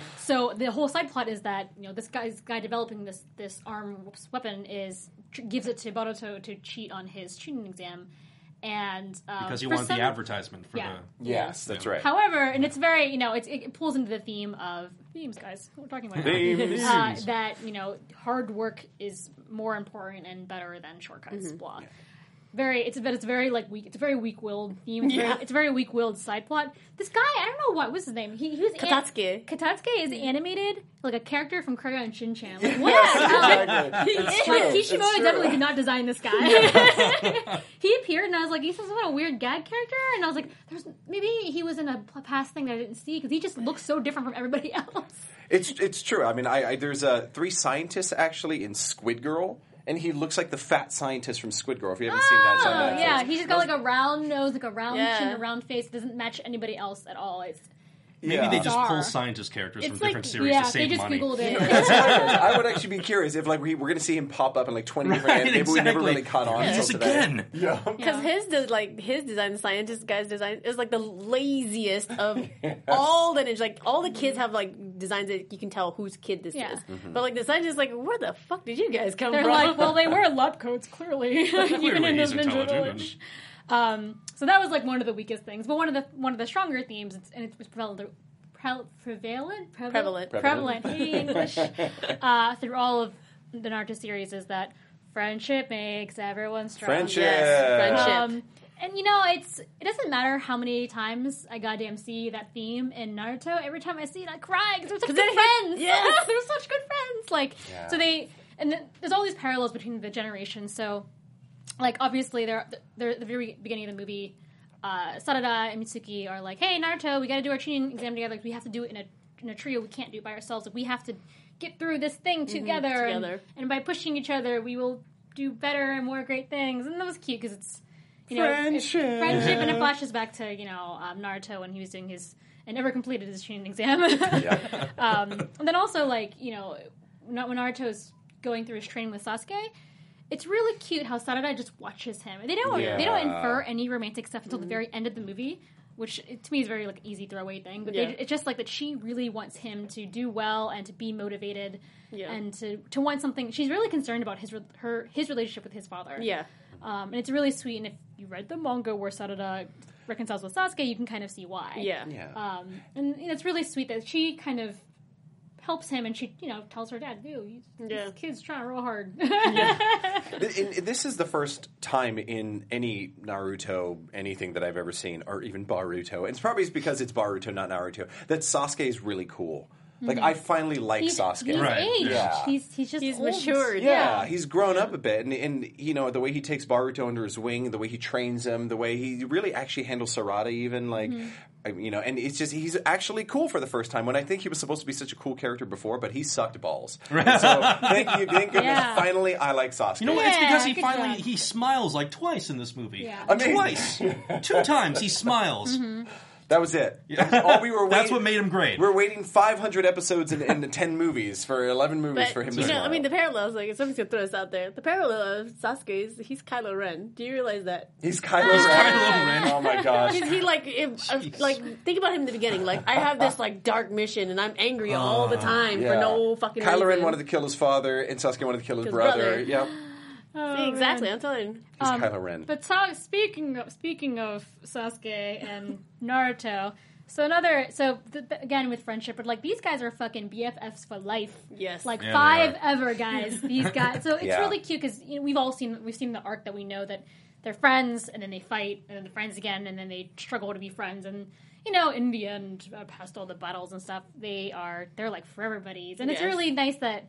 Speaker 4: *laughs* so the whole side plot is that you know this guy's guy developing this this arm weapon is tr- gives it to Boruto to cheat on his cheating exam, and um,
Speaker 6: Because he
Speaker 4: for
Speaker 6: wanted the
Speaker 4: some-
Speaker 6: advertisement for
Speaker 4: Yeah.
Speaker 6: the
Speaker 5: Yes, that's right.
Speaker 4: However, and it's very you know it's, it pulls into the theme of themes, guys. We're talking about
Speaker 5: Themes.
Speaker 4: Uh, that you know hard work is more important and better than shortcuts. Blah. Very, it's but it's very like weak. It's a very weak-willed theme. It's, very, it's a very weak-willed side plot. This guy, I don't know what was his name. He, he was an-
Speaker 7: Katsuki.
Speaker 4: Katsuki is animated like a character from Kurgan and Shin Chan. Like, what? *laughs* He is. Like, Kishimoto definitely did not design this guy. *laughs* he appeared, and I was like, "He's just what a weird gag character." And I was like, "There's maybe he was in a p- past thing that I didn't see because he just looks so different from everybody *laughs* else."
Speaker 5: It's it's true. I mean, I, I there's uh, three scientists actually in Squid Girl, and he looks like the fat scientist from Squid Girl. If you haven't seen that, it's on
Speaker 4: Oh,
Speaker 5: Netflix.
Speaker 4: yeah, he's just got like a round nose, like a round
Speaker 7: Yeah.
Speaker 4: chin, a round face. It doesn't match anybody else at all. It's
Speaker 6: maybe
Speaker 5: Yeah.
Speaker 6: they just
Speaker 4: Bizarre.
Speaker 6: pull scientist characters
Speaker 4: it's
Speaker 6: from
Speaker 4: like
Speaker 6: different series
Speaker 4: yeah,
Speaker 6: to save
Speaker 4: they just
Speaker 6: money.
Speaker 5: *laughs*
Speaker 4: googled
Speaker 6: *laughs*
Speaker 4: it.
Speaker 5: I would actually be curious if like we, we're going to see him pop up in like 20 different
Speaker 6: Right,
Speaker 5: *laughs* anime, maybe we never
Speaker 6: exactly.
Speaker 5: really caught on.
Speaker 6: Is
Speaker 5: until
Speaker 6: this
Speaker 5: today.
Speaker 6: again?
Speaker 5: *laughs*
Speaker 7: Because his does like his design, the scientist guy's design is like the laziest of
Speaker 4: *laughs*
Speaker 7: all the ninjas. Like all the kids have like designs that you can tell whose kid this
Speaker 4: Yeah.
Speaker 7: is.
Speaker 5: Mm-hmm.
Speaker 7: But like the scientist is like, where the fuck did you guys come
Speaker 4: They're
Speaker 7: from?
Speaker 4: like, well, they wear lab coats clearly, *laughs* even in this
Speaker 6: he's
Speaker 4: ninja
Speaker 6: intelligent.
Speaker 4: village. Um, so that was like one of the weakest things, but one of the one of the stronger themes, it's, and it was prevalent, pre- prevalent, prevalent,
Speaker 7: Prevalent.
Speaker 4: prevalent, Hey, English uh, through all of the Naruto series is that friendship makes everyone strong.
Speaker 5: *laughs* Friendship.
Speaker 7: yes,
Speaker 4: Um,
Speaker 7: friendship.
Speaker 4: and you know, it's it doesn't matter how many times I goddamn see that theme in Naruto. Every time I see it, I cry because they're such good friends. *laughs*
Speaker 7: yes.
Speaker 4: they're such good friends. Like so they and then there's all these parallels between the generations. So like obviously they're they're at the very beginning of the movie. Uh, Sarada and Mitsuki are like, "Hey Naruto, we got to do our cheating exam together. Like, we have to do it in a in a trio. We can't do it by ourselves. Like, we have to get through this thing together. and-
Speaker 7: Mm-hmm. together.
Speaker 4: And, by pushing each other, we will do better and more great things." And that was cute because it's you know, it's
Speaker 5: Friendship.
Speaker 4: friendship, and it flashes back to you know um, Naruto when he was doing his and never completed his training exam. *laughs* um, and then also like you know, not when Naruto's going through his training with Sasuke, It's really cute how Sarada just watches him. They don't they don't
Speaker 5: Yeah.
Speaker 4: infer any romantic stuff until
Speaker 7: Mm.
Speaker 4: the very end of the movie, which it- to me is very like easy throwaway thing. But
Speaker 7: Yeah.
Speaker 4: they, it's just like that she really wants him to do well and to be motivated
Speaker 7: Yeah.
Speaker 4: and to to want something. She's really concerned about his re- her his relationship with his father.
Speaker 7: Yeah.
Speaker 4: Um, and it's really sweet. And if you read the manga where Sarada reconciles with Sasuke, you can kind of see why.
Speaker 7: Yeah.
Speaker 5: Yeah.
Speaker 4: Um, and you know, it's really sweet that she kind of helps him, and she you know tells her dad, "Dude, you- this
Speaker 7: Yeah.
Speaker 4: kid's trying real hard." *laughs*
Speaker 5: Th- and this is the first time in any Naruto anything that I've ever seen, or even Baruto. And it's probably because it's Baruto, not Naruto, that Sasuke is really cool. Like I finally like
Speaker 4: Hmm. he's
Speaker 5: Sasuke.
Speaker 4: he's
Speaker 6: Right.
Speaker 4: aged.
Speaker 5: Yeah.
Speaker 4: He's he's just
Speaker 7: He's
Speaker 4: old.
Speaker 7: matured.
Speaker 5: Yeah, he's grown up a bit, and, and you know the way he takes Baruto under his wing, the way he trains him, the way he really actually handles Sarada, even like
Speaker 4: Mm-hmm.
Speaker 5: I- you know, and it's just he's actually cool for the first time. When I think he was supposed to be such a cool character before, but he sucked balls. And so thank you, thank goodness.
Speaker 4: *laughs* Yeah.
Speaker 5: Finally, I like Sasuke.
Speaker 6: You know what? It's
Speaker 4: Yeah,
Speaker 6: because he
Speaker 4: good
Speaker 6: finally
Speaker 4: job.
Speaker 6: he smiles like twice in this movie.
Speaker 4: Yeah. Mm-hmm.
Speaker 5: Amazing. *laughs*
Speaker 6: Twice, two times he smiles.
Speaker 5: That was it. That was all we were. Waiting.
Speaker 6: *laughs* That's what made him great.
Speaker 5: We We're waiting 500 episodes and, and 10 movies for 11 movies
Speaker 7: But
Speaker 5: for him.
Speaker 7: you
Speaker 5: to
Speaker 7: know, I
Speaker 5: smile.
Speaker 7: mean, the parallels. Like, if somebody's gonna throw this out there, the parallel of Sasuke is he's Kylo Ren. Do you realize that?
Speaker 5: he's Kylo
Speaker 7: Ah!
Speaker 5: Ren.
Speaker 6: Kylo Ren.
Speaker 5: Oh my gosh.
Speaker 7: Because he like, if, uh,
Speaker 6: Jeez.
Speaker 7: like think about him in the beginning. Like, I have this like dark mission, and I'm angry all the time for
Speaker 5: Uh, Yeah.
Speaker 7: no fucking.
Speaker 5: Kylo
Speaker 7: reason.
Speaker 5: Ren wanted to kill his father, and Sasuke wanted to kill his,
Speaker 7: His
Speaker 5: brother.
Speaker 7: brother. Um,
Speaker 5: Yep.
Speaker 4: Oh,
Speaker 7: See, exactly. I'm telling. you.
Speaker 5: He's Kylo Ren.
Speaker 4: But so, speaking of, speaking of Sasuke and Naruto, so another so th- th- again with friendship, but like these guys are fucking BFFs for life.
Speaker 7: Yes.
Speaker 4: like
Speaker 6: they
Speaker 4: five
Speaker 6: are.
Speaker 4: ever
Speaker 6: *laughs*
Speaker 4: guys. These guys. So it's
Speaker 5: Yeah.
Speaker 4: really cute because you know, we've all seen we've seen the arc that we know that they're friends and then they fight and then they're friends again and then they struggle to be friends and you know in the end uh, past all the battles and stuff they are they're like forever buddies and it's
Speaker 7: Yes.
Speaker 4: really nice that.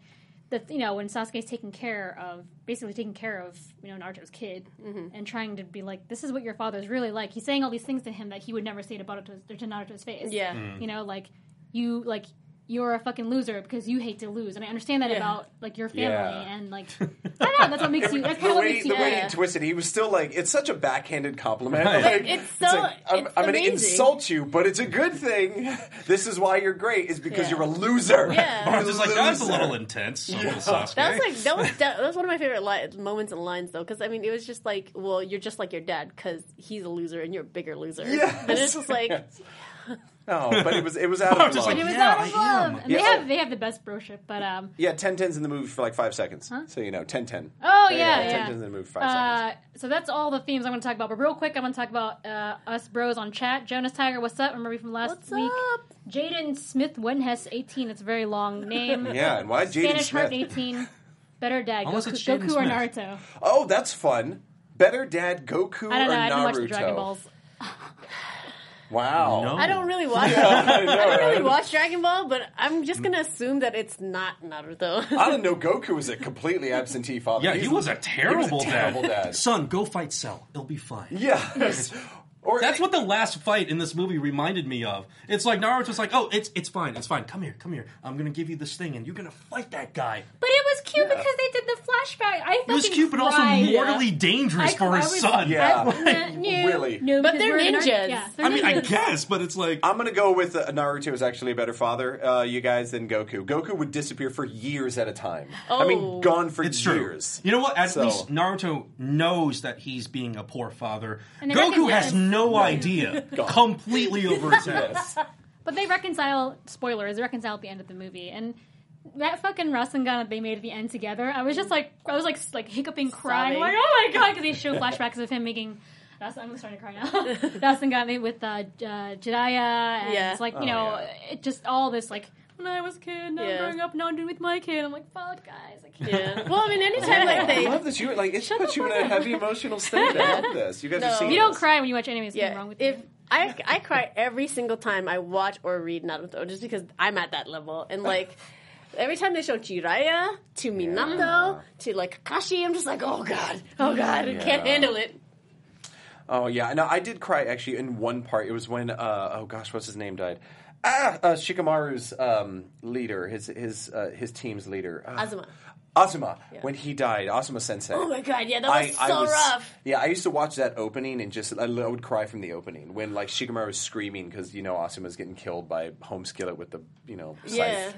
Speaker 4: That, you know, when Sasuke's taking care of, basically taking care of, you know, Naruto's kid,
Speaker 5: Mm-hmm.
Speaker 4: and trying to be like, this is what your father's really like. He's saying all these things to him that he would never say to Naruto's, to Naruto's face.
Speaker 7: Yeah.
Speaker 4: You know, like you like you're a fucking loser because you hate to lose, and I understand that
Speaker 7: Yeah.
Speaker 4: about like your family
Speaker 5: Yeah.
Speaker 4: and like I don't know. That's what makes you. That's kind
Speaker 5: the
Speaker 4: of what
Speaker 5: way,
Speaker 4: makes
Speaker 5: the
Speaker 4: you.
Speaker 5: way
Speaker 7: Yeah.
Speaker 5: he twisted, he was still like, it's such a backhanded compliment. Like,
Speaker 7: it's so-
Speaker 5: I'm,
Speaker 7: it's
Speaker 5: I'm gonna
Speaker 7: amazing.
Speaker 5: insult you, but it's a good thing. *laughs* This is why you're great, is because
Speaker 7: Yeah.
Speaker 5: you're a loser.
Speaker 7: Yeah.
Speaker 5: You're
Speaker 6: I was just like, that's a
Speaker 5: loser." *laughs*
Speaker 6: little intense. a little Sasuke.
Speaker 7: That was like that was that, that was one of my favorite li- moments and lines though, because I mean it was just like, well, you're just like your dad because he's a loser and you're a bigger loser.
Speaker 5: Yes.
Speaker 7: And it's just like,
Speaker 5: No, but it was, it was out
Speaker 6: I
Speaker 5: of
Speaker 6: was just
Speaker 5: love.
Speaker 4: It was
Speaker 6: Yeah,
Speaker 4: out of
Speaker 6: I am.
Speaker 4: love. And They
Speaker 5: Yeah.
Speaker 4: have they have the best broship, but um.
Speaker 5: Yeah, 10 10's in the movie for like five seconds. So, you know, 10 10.
Speaker 4: Oh yeah,
Speaker 5: 10
Speaker 4: yeah.
Speaker 5: 10's in the movie for five seconds.
Speaker 4: Uh, so that's all the themes I'm going to talk about. But real quick, I'm going to talk about uh, us bros on chat. Jonas Tiger, what's up? Remember me from last
Speaker 7: What's
Speaker 4: week.
Speaker 7: up?
Speaker 4: Jaden Smith Wenhes, 18. It's a very long name.
Speaker 5: *laughs* Yeah, and why Jaden
Speaker 4: Spanish Heart,
Speaker 5: Smith?
Speaker 4: 18. Better Dad,
Speaker 6: Unless
Speaker 4: Goku,
Speaker 6: it's Jaden
Speaker 4: Goku or
Speaker 6: Smith.
Speaker 4: Naruto.
Speaker 5: Oh, that's fun. Better Dad Goku
Speaker 4: I don't know. I
Speaker 5: or Naruto?
Speaker 4: haven't watched the Dragon Balls.
Speaker 5: Wow.
Speaker 6: No.
Speaker 7: I don't really watch. I don't really watch Dragon Ball, but I'm just gonna assume that it's not Naruto.
Speaker 5: I don't know. Goku was a completely absentee father.
Speaker 6: yeah,
Speaker 5: He's-
Speaker 6: he was a terrible,
Speaker 5: he was a terrible dad.
Speaker 6: Son, go fight Cell. It'll be fine.
Speaker 5: *laughs*
Speaker 6: *laughs*
Speaker 5: yes. Or
Speaker 6: That's what the last fight in this movie reminded me of. It's like Naruto's like, oh, it's it's fine, it's fine. Come here, come here. I'm gonna give you this thing, and you're gonna fight that guy.
Speaker 4: But it was cute because they did the flashback. I
Speaker 6: It
Speaker 4: fucking
Speaker 6: was cute, but also
Speaker 4: cried.
Speaker 6: mortally dangerous
Speaker 4: I-
Speaker 6: for
Speaker 4: I
Speaker 6: his
Speaker 4: was-
Speaker 6: son.
Speaker 5: Yeah.
Speaker 4: I-
Speaker 6: *laughs*
Speaker 4: no, no,
Speaker 5: Really.
Speaker 4: no,
Speaker 7: But
Speaker 4: because
Speaker 7: they're
Speaker 4: we're in our-
Speaker 7: ninjas.
Speaker 4: yeah, they're
Speaker 6: I mean, I
Speaker 4: ninjas.
Speaker 6: guess, but it's like
Speaker 5: I'm gonna go with uh, Naruto is actually a better father, uh, you guys, than Goku. Goku would disappear for years at a time. I mean,
Speaker 7: Oh.
Speaker 5: gone for
Speaker 6: It's
Speaker 5: years.
Speaker 6: true. You know what? At
Speaker 5: So-
Speaker 6: least Naruto knows that he's being a poor father.
Speaker 4: And they
Speaker 6: Goku
Speaker 4: recognize-
Speaker 6: has no
Speaker 5: *laughs*
Speaker 6: idea. Completely over his head.
Speaker 4: But they reconcile. Spoilers. They reconcile at the end of the movie, and that fucking Rasengan that they made at the end together. I was just like, I was like, s- like hiccuping, crying, like,
Speaker 7: Sobbing.
Speaker 4: oh my
Speaker 7: *laughs*
Speaker 4: god, because they show flashbacks of him making. Ras- I'm starting to cry now.
Speaker 7: *laughs*
Speaker 4: Rasengan with uh, J- uh, Jiraiya, and
Speaker 7: Yeah.
Speaker 4: it's like you
Speaker 5: Oh,
Speaker 4: know,
Speaker 5: yeah.
Speaker 4: it just all this like. When I was a kid, now I'm
Speaker 7: Yeah.
Speaker 4: growing up, now I'm doing with my kid. I'm like, fuck, guys, I can't.
Speaker 7: yeah. Well, I mean, anytime like
Speaker 5: I love
Speaker 7: they,
Speaker 5: that you like it puts you in a heavy emotional state. I
Speaker 7: *laughs*
Speaker 5: love this. You guys are
Speaker 7: No.
Speaker 4: *laughs*
Speaker 5: seeing
Speaker 4: You don't
Speaker 5: this.
Speaker 4: cry when you watch anime. Is something
Speaker 7: yeah.
Speaker 4: wrong with
Speaker 7: If
Speaker 4: you? *laughs*
Speaker 7: I I cry every single time I watch or read Naruto, just because I'm at that level,
Speaker 4: *laughs*
Speaker 7: and like. Every time they show Jiraiya to Minato to like Kakashi, I'm just like, oh god, oh god, I can't
Speaker 5: Yeah.
Speaker 7: handle it.
Speaker 5: Oh yeah, no, I did cry actually in one part. It was when uh, oh gosh, what's his name died? Ah, uh, Shikamaru's um, leader, his his uh, his team's leader, uh,
Speaker 7: Azuma.
Speaker 5: Azuma, when he died, Azuma Sensei.
Speaker 7: Oh my god, yeah, that was so rough.
Speaker 5: Yeah, I used to watch that opening and just I, li- I would cry from the opening when like Shikamaru was screaming because you know Asuma's getting killed by Home Skillet with the you know scythe.
Speaker 7: Yeah.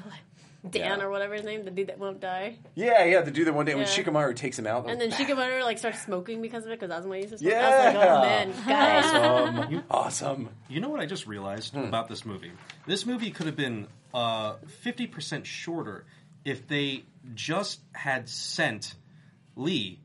Speaker 7: Dan
Speaker 5: Yeah.
Speaker 7: or whatever his name, the dude that won't die.
Speaker 5: Yeah, yeah, the dude that one day when
Speaker 7: Yeah.
Speaker 5: Shikamaru takes him out.
Speaker 7: And then Shikamaru like starts smoking because of it because Azuma used to smoke. I was like,
Speaker 5: Yeah.
Speaker 7: oh man, guys.
Speaker 5: awesome.
Speaker 7: *laughs*
Speaker 5: awesome.
Speaker 6: You know what I just realized about this movie? This movie could have been uh, 50% shorter if they just had sent Lee.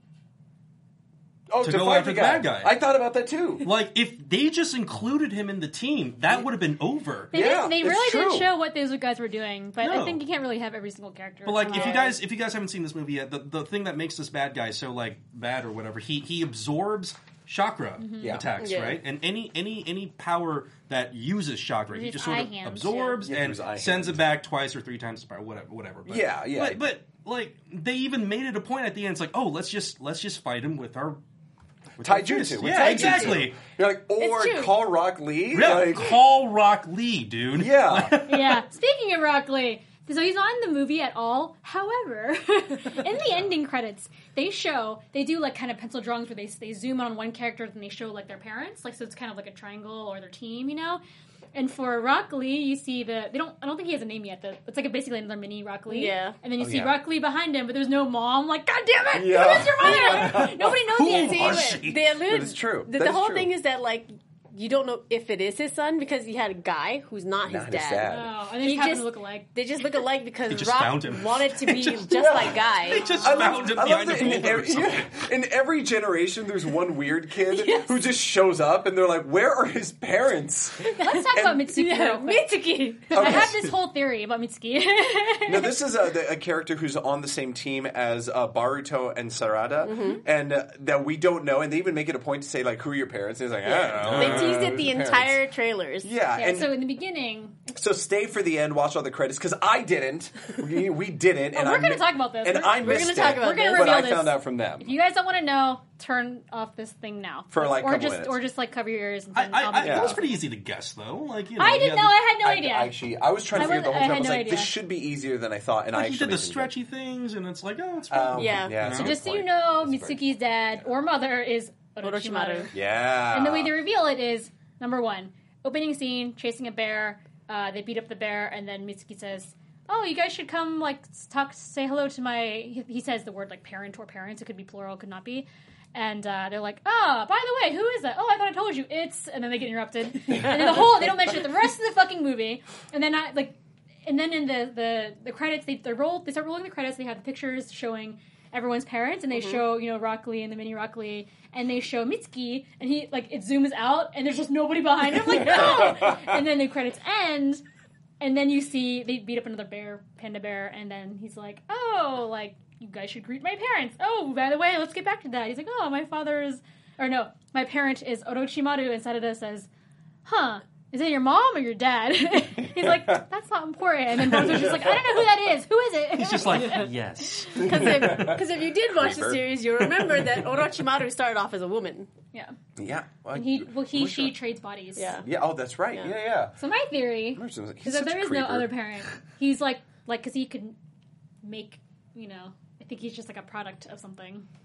Speaker 5: Oh,
Speaker 6: To
Speaker 5: to,
Speaker 6: go
Speaker 5: fight
Speaker 6: after
Speaker 5: the
Speaker 6: the
Speaker 5: guy.
Speaker 6: bad guy.
Speaker 5: I thought about that too.
Speaker 6: Like, if they just included him in the team, that would have been over.
Speaker 4: They,
Speaker 5: Yeah,
Speaker 4: didn't, they
Speaker 5: it's
Speaker 4: really
Speaker 5: true.
Speaker 4: didn't show what those guys were doing, but
Speaker 6: No.
Speaker 4: I think you can't really have every single character.
Speaker 6: But like, if you
Speaker 4: alive.
Speaker 6: guys if you guys haven't seen this movie yet, the, the thing that makes this bad guy so like bad or whatever, he he absorbs chakra
Speaker 4: Mm-hmm.
Speaker 5: Yeah.
Speaker 6: attacks,
Speaker 7: Yeah.
Speaker 6: right? And any any any power that uses chakra, he
Speaker 4: His
Speaker 6: just sort
Speaker 4: eye
Speaker 6: of
Speaker 4: hands,
Speaker 6: absorbs
Speaker 5: Yeah, through his eye
Speaker 6: and sends
Speaker 5: hands.
Speaker 6: it back twice or three times, or whatever, whatever. But,
Speaker 5: Yeah, yeah.
Speaker 6: But, but like, they even made it a point at the end. It's like, oh, let's just let's just fight him with our with our fists.
Speaker 5: Taijutsu. with
Speaker 6: Yeah,
Speaker 5: taijutsu.
Speaker 6: exactly.
Speaker 5: You're like,
Speaker 7: It's
Speaker 5: or
Speaker 7: true.
Speaker 5: call Rock Lee.
Speaker 6: Yeah,
Speaker 5: Like,
Speaker 6: call Rock Lee, dude. *laughs*
Speaker 5: yeah.
Speaker 4: yeah. Speaking of Rock Lee, so he's not in the movie at all. However, *laughs* in the ending credits, they show they do like kind of pencil drawings where they they zoom in on one character and they show like their parents, like so it's kind of like a triangle or their team, you know. And for Rock Lee, you see the they don't I don't think he has a name yet. The, it's like a, basically another mini Rock Lee.
Speaker 7: Yeah.
Speaker 4: And then you
Speaker 5: Oh,
Speaker 4: see
Speaker 5: yeah.
Speaker 4: Rock Lee behind him, but there's no mom. Like, God damn it,
Speaker 5: Yeah.
Speaker 4: where's your
Speaker 5: *laughs*
Speaker 4: mother? Nobody knows yet.
Speaker 7: They allude- They allude.
Speaker 5: That is true.
Speaker 7: The,
Speaker 5: That
Speaker 7: the
Speaker 5: is
Speaker 7: whole
Speaker 5: true.
Speaker 7: thing is that like you don't know if it is his son because he had a guy who's not his
Speaker 5: Not his
Speaker 7: dad.
Speaker 5: dad.
Speaker 4: Oh, and they just
Speaker 7: He
Speaker 4: happen
Speaker 7: just-
Speaker 4: to look alike.
Speaker 7: They just look alike because
Speaker 6: just
Speaker 7: Rock
Speaker 6: found him.
Speaker 7: wanted to be just, like Guy. *laughs*
Speaker 6: They just
Speaker 5: I
Speaker 6: found
Speaker 5: love,
Speaker 6: him
Speaker 5: I love
Speaker 6: behind
Speaker 5: that
Speaker 6: the
Speaker 5: in,
Speaker 6: boulder. or
Speaker 5: every,
Speaker 6: something.
Speaker 5: yeah, *laughs* in every generation, there's one weird
Speaker 7: *laughs*
Speaker 5: kid who just shows up, and they're like, "Where are his
Speaker 7: *laughs*
Speaker 5: parents?"
Speaker 4: *laughs* Let's talk about Mitsuki *laughs* real quick.
Speaker 7: Mitsuki.
Speaker 4: I have this whole theory about Mitsuki. *laughs*
Speaker 5: No, this is a, the- a character who's on the same team as uh, Baruto and Sarada,
Speaker 7: Mm-hmm.
Speaker 5: and uh, that we don't know. And they even make it a point to say like, "Who are your parents?" And he's like, "I don't know."
Speaker 7: They teased
Speaker 5: Who's
Speaker 7: it the
Speaker 5: your parents?"
Speaker 7: entire trailers.
Speaker 5: Yeah,
Speaker 4: Yeah,
Speaker 5: and
Speaker 4: so
Speaker 5: so,
Speaker 4: in the beginning,
Speaker 5: stay for the end, watch all the credits because I didn't. We, we didn't. and
Speaker 4: we're
Speaker 5: I
Speaker 4: gonna
Speaker 5: mi-
Speaker 4: talk about this.
Speaker 5: And
Speaker 4: We're-
Speaker 5: I
Speaker 4: we're
Speaker 5: missed
Speaker 7: gonna
Speaker 5: it,
Speaker 7: talk about We're gonna this.
Speaker 5: but I
Speaker 4: reveal
Speaker 5: found
Speaker 4: this.
Speaker 5: out from them.
Speaker 4: if you guys don't want to know, turn off this thing now
Speaker 5: For, like,
Speaker 4: or
Speaker 5: couple
Speaker 4: just
Speaker 5: minutes.
Speaker 4: or just like cover your ears. And
Speaker 6: I,
Speaker 4: then
Speaker 6: I,
Speaker 4: I'll
Speaker 6: I,
Speaker 4: be-
Speaker 5: Yeah.
Speaker 6: It was pretty easy to guess, though. Like you know,
Speaker 4: I
Speaker 6: he
Speaker 4: didn't know.
Speaker 6: had the-
Speaker 4: I had no
Speaker 5: I,
Speaker 4: idea.
Speaker 5: actually, I was trying to
Speaker 4: I
Speaker 5: figure the
Speaker 4: wasn't-
Speaker 5: whole
Speaker 4: I
Speaker 5: time. I,
Speaker 4: had
Speaker 5: was
Speaker 4: no
Speaker 5: like,
Speaker 4: idea.
Speaker 5: "This should be easier than I thought," and I
Speaker 6: Like he
Speaker 5: actually
Speaker 6: did the
Speaker 5: didn't.
Speaker 6: stretchy things, and it's like, oh, it's
Speaker 5: Um,
Speaker 6: fine. *laughs*
Speaker 7: Yeah.
Speaker 5: that's
Speaker 6: So
Speaker 5: a good
Speaker 4: just so you
Speaker 5: point.
Speaker 4: know,
Speaker 5: That's a very-
Speaker 4: Mitsuki's dad or mother is Orochimaru.
Speaker 7: Orochimaru.
Speaker 5: Yeah.
Speaker 4: And the way they reveal it is number one, opening scene, chasing a bear. Uh, they beat up the bear, and then Mitsuki says, "Oh, you guys should come, like talk, say hello to my." He, he says the word like parent or parents. It could be plural, it could not be. And uh, they're like, "Ah, by the way, who is that? Oh, I thought I told you. It's." And then they get interrupted, and then the whole they don't mention it the rest of the fucking movie. And then I like, and then in the the, the credits, they they roll they start rolling the credits. They have the pictures showing everyone's parents, and they show you know Rock Lee and the mini Rock Lee, and they show Mitsuki, and he like it zooms out, and there's just nobody behind him. Like no, and then the credits end, and then you see they beat up another bear, panda bear, and then he's like, oh, like you guys should greet my parents. Oh, by the way, let's get back to that. He's like, oh, my father is, or no, my parent is Orochimaru, and Sarada says, huh. Is it your mom or your dad? *laughs* He's like, that's not important. And then Boruto's just like, I don't know who that is. Who is it?
Speaker 5: *laughs*
Speaker 6: He's just like, yes.
Speaker 7: Because *laughs* if, 'cause if you did watch the
Speaker 5: Creeper.
Speaker 7: series, you remember that Orochimaru started off as a woman.
Speaker 4: *laughs* yeah.
Speaker 5: Yeah.
Speaker 4: And he, well, he,
Speaker 5: We're
Speaker 4: she
Speaker 5: sure.
Speaker 4: trades bodies.
Speaker 7: Yeah.
Speaker 5: Yeah. Oh, that's right. Yeah, yeah.
Speaker 4: So my theory
Speaker 5: He's
Speaker 4: is that
Speaker 5: such
Speaker 4: there
Speaker 5: a
Speaker 4: is no
Speaker 5: creeper.
Speaker 4: other parent. He's like, like, because he could make, you know, I think he's just like a product of something. *laughs*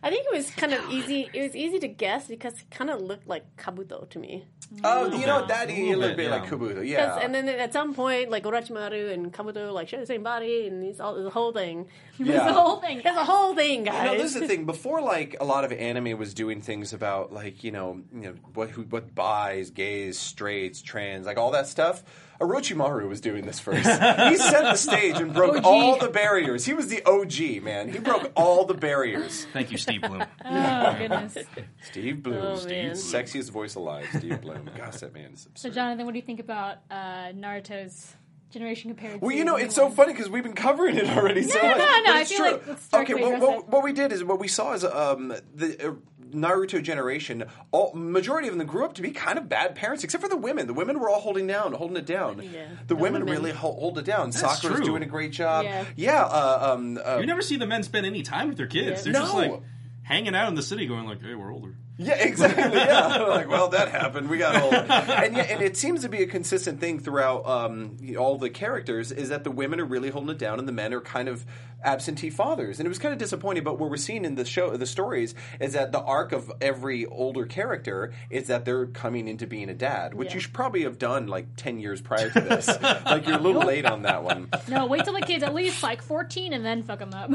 Speaker 7: I think it was kind of easy. It was easy to guess because it kind of looked like Kabuto to me.
Speaker 5: Oh, you know that he
Speaker 6: A little
Speaker 5: looked a bit
Speaker 6: bit,
Speaker 5: like
Speaker 6: yeah.
Speaker 5: Kabuto.
Speaker 7: 'Cause-
Speaker 5: Yeah.
Speaker 7: And then at some point, like Orochimaru and Kabuto like share the same body, and it's all the whole thing.
Speaker 4: It's the whole thing.
Speaker 7: It's a whole thing, guys.
Speaker 5: No, this is the thing. Before, like a lot of anime was doing things about like you know, you know what who what buys, gays, straights, trans, like all that stuff. Orochimaru was doing this
Speaker 7: *laughs*
Speaker 5: first. he set the stage and broke
Speaker 4: OG.
Speaker 5: all the barriers. He was the OG man. He broke all the
Speaker 7: *laughs*
Speaker 5: barriers.
Speaker 6: Thank you, Steve Bloom.
Speaker 5: *laughs*
Speaker 4: Oh goodness.
Speaker 5: Steve Bloom,
Speaker 7: Oh,
Speaker 5: Steve,
Speaker 7: man.
Speaker 5: sexiest voice alive. Steve Bloom. Gosh, that man is
Speaker 4: So
Speaker 5: absurd.
Speaker 4: Jonathan, what do you think about uh, Naruto's generation compared?
Speaker 5: Well,
Speaker 4: to
Speaker 5: you know,
Speaker 4: the
Speaker 5: it's so
Speaker 4: one?
Speaker 5: funny because we've been covering it already. so
Speaker 4: no,
Speaker 5: much,
Speaker 4: no,
Speaker 5: but
Speaker 4: no, I
Speaker 5: it's
Speaker 4: feel
Speaker 5: true.
Speaker 4: like let's start
Speaker 5: okay,
Speaker 4: to
Speaker 5: well,
Speaker 4: address
Speaker 5: well,
Speaker 4: it.
Speaker 5: what we did is what we saw is um, the uh, Naruto generation. All majority of them grew up to be kind of bad parents, except for the women. The women were all holding down, holding it down.
Speaker 7: Yeah.
Speaker 5: The,
Speaker 7: The
Speaker 5: women,
Speaker 7: women.
Speaker 5: really ho- hold it down.
Speaker 6: That's
Speaker 5: Sakura's
Speaker 6: true.
Speaker 5: doing a great job.
Speaker 7: Yeah.
Speaker 5: uh, um, uh,
Speaker 6: *laughs* You never see the men spend any time with their kids.
Speaker 7: Yeah.
Speaker 6: They're just
Speaker 5: No.
Speaker 6: like hanging out in the city, going like, "Hey, we're older."
Speaker 5: Yeah, exactly. *laughs* Yeah, like well, that happened. We got old, and yeah, and it seems to be a consistent thing throughout um, all the characters is that the women are really holding it down, and the men are kind of absentee fathers, and it was kind of disappointing. But what we're seeing in the show, the stories, is that the arc of every older character is that they're coming into being a dad, which you should probably have done like ten years prior to this. like you're a little late on that one.
Speaker 4: No, wait till the kid's at least like 14 and then fuck him up. *laughs*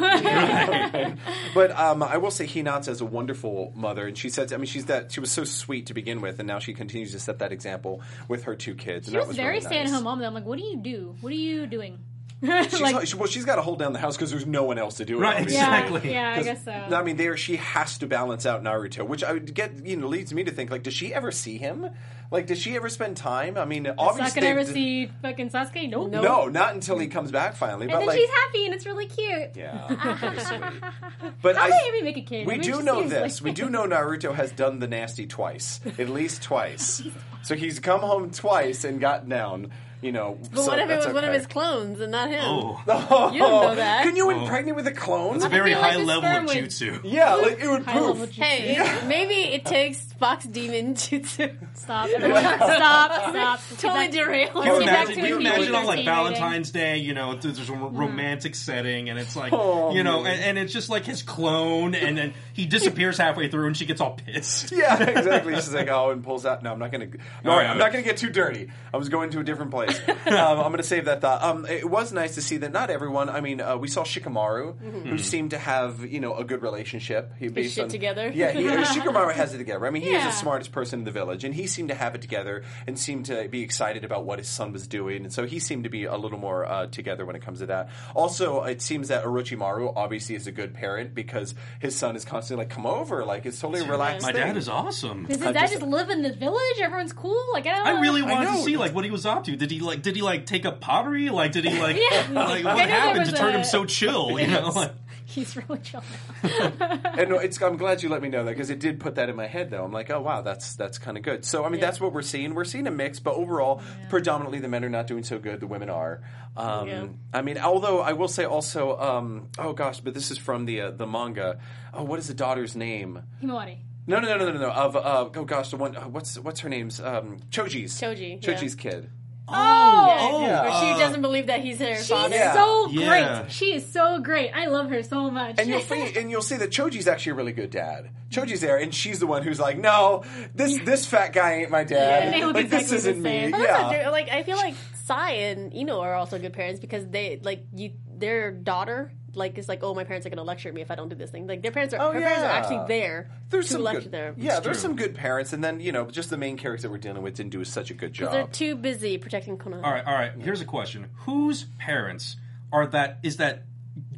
Speaker 5: But um, I will say Hinata is a wonderful mother, and she said, I mean, she's that she was so sweet to begin with, and now she continues to set that example with her two kids. and
Speaker 4: She
Speaker 5: that
Speaker 4: was, very
Speaker 5: really
Speaker 4: stay at
Speaker 5: nice.
Speaker 4: home mom. though. I'm like, what do you do? What are you doing?
Speaker 5: She's like, she, well, she's got to hold down the house because there's no one else to do it.
Speaker 6: Right,
Speaker 5: obviously.
Speaker 4: yeah, *laughs*
Speaker 6: Exactly.
Speaker 4: yeah, I
Speaker 5: 'Cause,
Speaker 4: guess so.
Speaker 5: I mean, there she has to balance out Naruto, which I would get you know leads me to think like, does she ever see him? Like, does she ever spend time? I mean,
Speaker 4: It's not
Speaker 5: obviously,
Speaker 4: gonna ever
Speaker 5: they've-
Speaker 4: see fucking Sasuke. Nope.
Speaker 5: No, not until he comes back finally. but
Speaker 4: And then
Speaker 5: like,
Speaker 4: she's happy and it's really cute.
Speaker 5: yeah,
Speaker 4: *laughs*
Speaker 5: very sweet. But
Speaker 4: How
Speaker 5: I,
Speaker 4: did Amy make a kid?
Speaker 5: We
Speaker 4: I mean,
Speaker 5: do
Speaker 4: she
Speaker 5: know
Speaker 4: seems *laughs*
Speaker 5: this.
Speaker 4: like-
Speaker 5: We
Speaker 7: *laughs*
Speaker 5: do know Naruto has done the nasty twice, at least
Speaker 7: *laughs*
Speaker 5: twice. so he's come home twice and got down. You know,
Speaker 7: But
Speaker 5: so
Speaker 7: what if it was
Speaker 5: that's
Speaker 7: one of
Speaker 5: okay.
Speaker 7: his clones and not him?
Speaker 6: Oh,
Speaker 7: You don't know that.
Speaker 5: Can you impregnate with a clone?
Speaker 6: it's a very
Speaker 4: feel like
Speaker 6: high
Speaker 4: the
Speaker 6: level
Speaker 4: sperm
Speaker 6: of
Speaker 4: would-
Speaker 6: jutsu.
Speaker 5: yeah, like it would
Speaker 4: High level
Speaker 5: poof.
Speaker 4: juice.
Speaker 7: *laughs* Hey, it- maybe it takes Fox Demon *laughs* Jutsu.
Speaker 5: *laughs*
Speaker 4: Stop. Everyone, stop. Stop.
Speaker 7: Totally
Speaker 4: derailed.
Speaker 7: derailed.
Speaker 6: Can you
Speaker 7: Let's get back
Speaker 6: imagine,
Speaker 7: to
Speaker 6: can you
Speaker 7: it.
Speaker 6: imagine on like
Speaker 4: Thirteen
Speaker 6: Valentine's Day, you know, th- there's a
Speaker 4: Mm-hmm.
Speaker 6: ro- romantic setting, and it's like,
Speaker 5: Oh,
Speaker 6: you know,
Speaker 5: man.
Speaker 6: and, and it's just like his clone, and then he disappears halfway through, and she gets all pissed.
Speaker 5: *laughs* Yeah, exactly. She's like, oh, and pulls out. No, I'm not gonna. No,
Speaker 6: All right.
Speaker 5: I'm not gonna get too dirty. I was going to a different
Speaker 7: *laughs*
Speaker 5: place. um, I'm gonna save that thought. Um, it was nice to see that not everyone. I mean, uh, we saw Shikamaru, who seemed to have you know a good relationship. He based
Speaker 7: Mm-hmm. shit
Speaker 5: on-
Speaker 7: together.
Speaker 5: Yeah,
Speaker 7: *laughs*
Speaker 5: he, Shikamaru has it together. I mean, he
Speaker 4: Yeah.
Speaker 5: is the smartest person in the village, and he seemed to have it together and seemed to be excited about what his son was doing, and so he seemed to be a little more uh, together when it comes to that. Also, it seems that Orochimaru obviously is a good parent because his son is constantly like, "Come over," like it's totally relaxed.
Speaker 6: My
Speaker 5: thing.
Speaker 6: dad is awesome.
Speaker 4: Does his dad just live in the village? Everyone's cool. Like I don't.
Speaker 6: I really
Speaker 4: know.
Speaker 6: wanted to
Speaker 5: know.
Speaker 6: see like what he was up to. Did he like did he like take up pottery? Like
Speaker 4: *laughs*
Speaker 6: did he like
Speaker 4: Yeah. I
Speaker 6: like
Speaker 4: know
Speaker 6: what
Speaker 4: there
Speaker 6: happened to
Speaker 4: was
Speaker 6: turn
Speaker 4: a-
Speaker 6: him so chill? You know, like,
Speaker 4: *laughs* He's really chill. *laughs*
Speaker 5: and it's, I'm glad you let me know that because it did put that in my head. Though I'm like, oh wow, that's that's kind of good. So I mean, that's what we're seeing. We're seeing a mix, but overall, predominantly the men are not doing so good. The women are. Um, I mean, although I will say also, um, oh gosh, but this is from the uh, the manga. Oh, what is the daughter's name?
Speaker 4: Himawari.
Speaker 5: No, no, no, no, no, no. Of uh, oh gosh, the one. Uh, what's what's her name's? Um, Choji's.
Speaker 7: Choji, yeah.
Speaker 5: Choji's kid.
Speaker 6: oh,
Speaker 7: Or
Speaker 5: Uh,
Speaker 7: she doesn't believe that he's her
Speaker 4: She's
Speaker 7: father.
Speaker 4: so
Speaker 6: Yeah.
Speaker 4: great. She is so great. I love her so much. *laughs*
Speaker 5: And you'll see, and you'll see that Choji's actually a really good dad. Choji's there, and she's the one who's like, "No, this this fat guy ain't my dad.
Speaker 4: They look
Speaker 5: Like this
Speaker 4: exactly the
Speaker 5: isn't me."
Speaker 4: same.
Speaker 7: But that's what
Speaker 5: Yeah,
Speaker 7: they're- like I feel like Sai and Ino are also good parents because they like you their daughter like is like oh my parents are gonna lecture me if I don't do this thing like their parents are
Speaker 5: Oh,
Speaker 7: her parents are
Speaker 5: yeah.
Speaker 7: actually there
Speaker 5: there's
Speaker 7: to
Speaker 5: some
Speaker 7: lecture
Speaker 5: good,
Speaker 7: them
Speaker 5: yeah, there's some good parents, and then you know, just the main characters that we're dealing with didn't do such a good
Speaker 7: they're
Speaker 5: job.
Speaker 7: too busy protecting Konoha
Speaker 6: All right, all right. Here's a question: Whose parents are that? Is that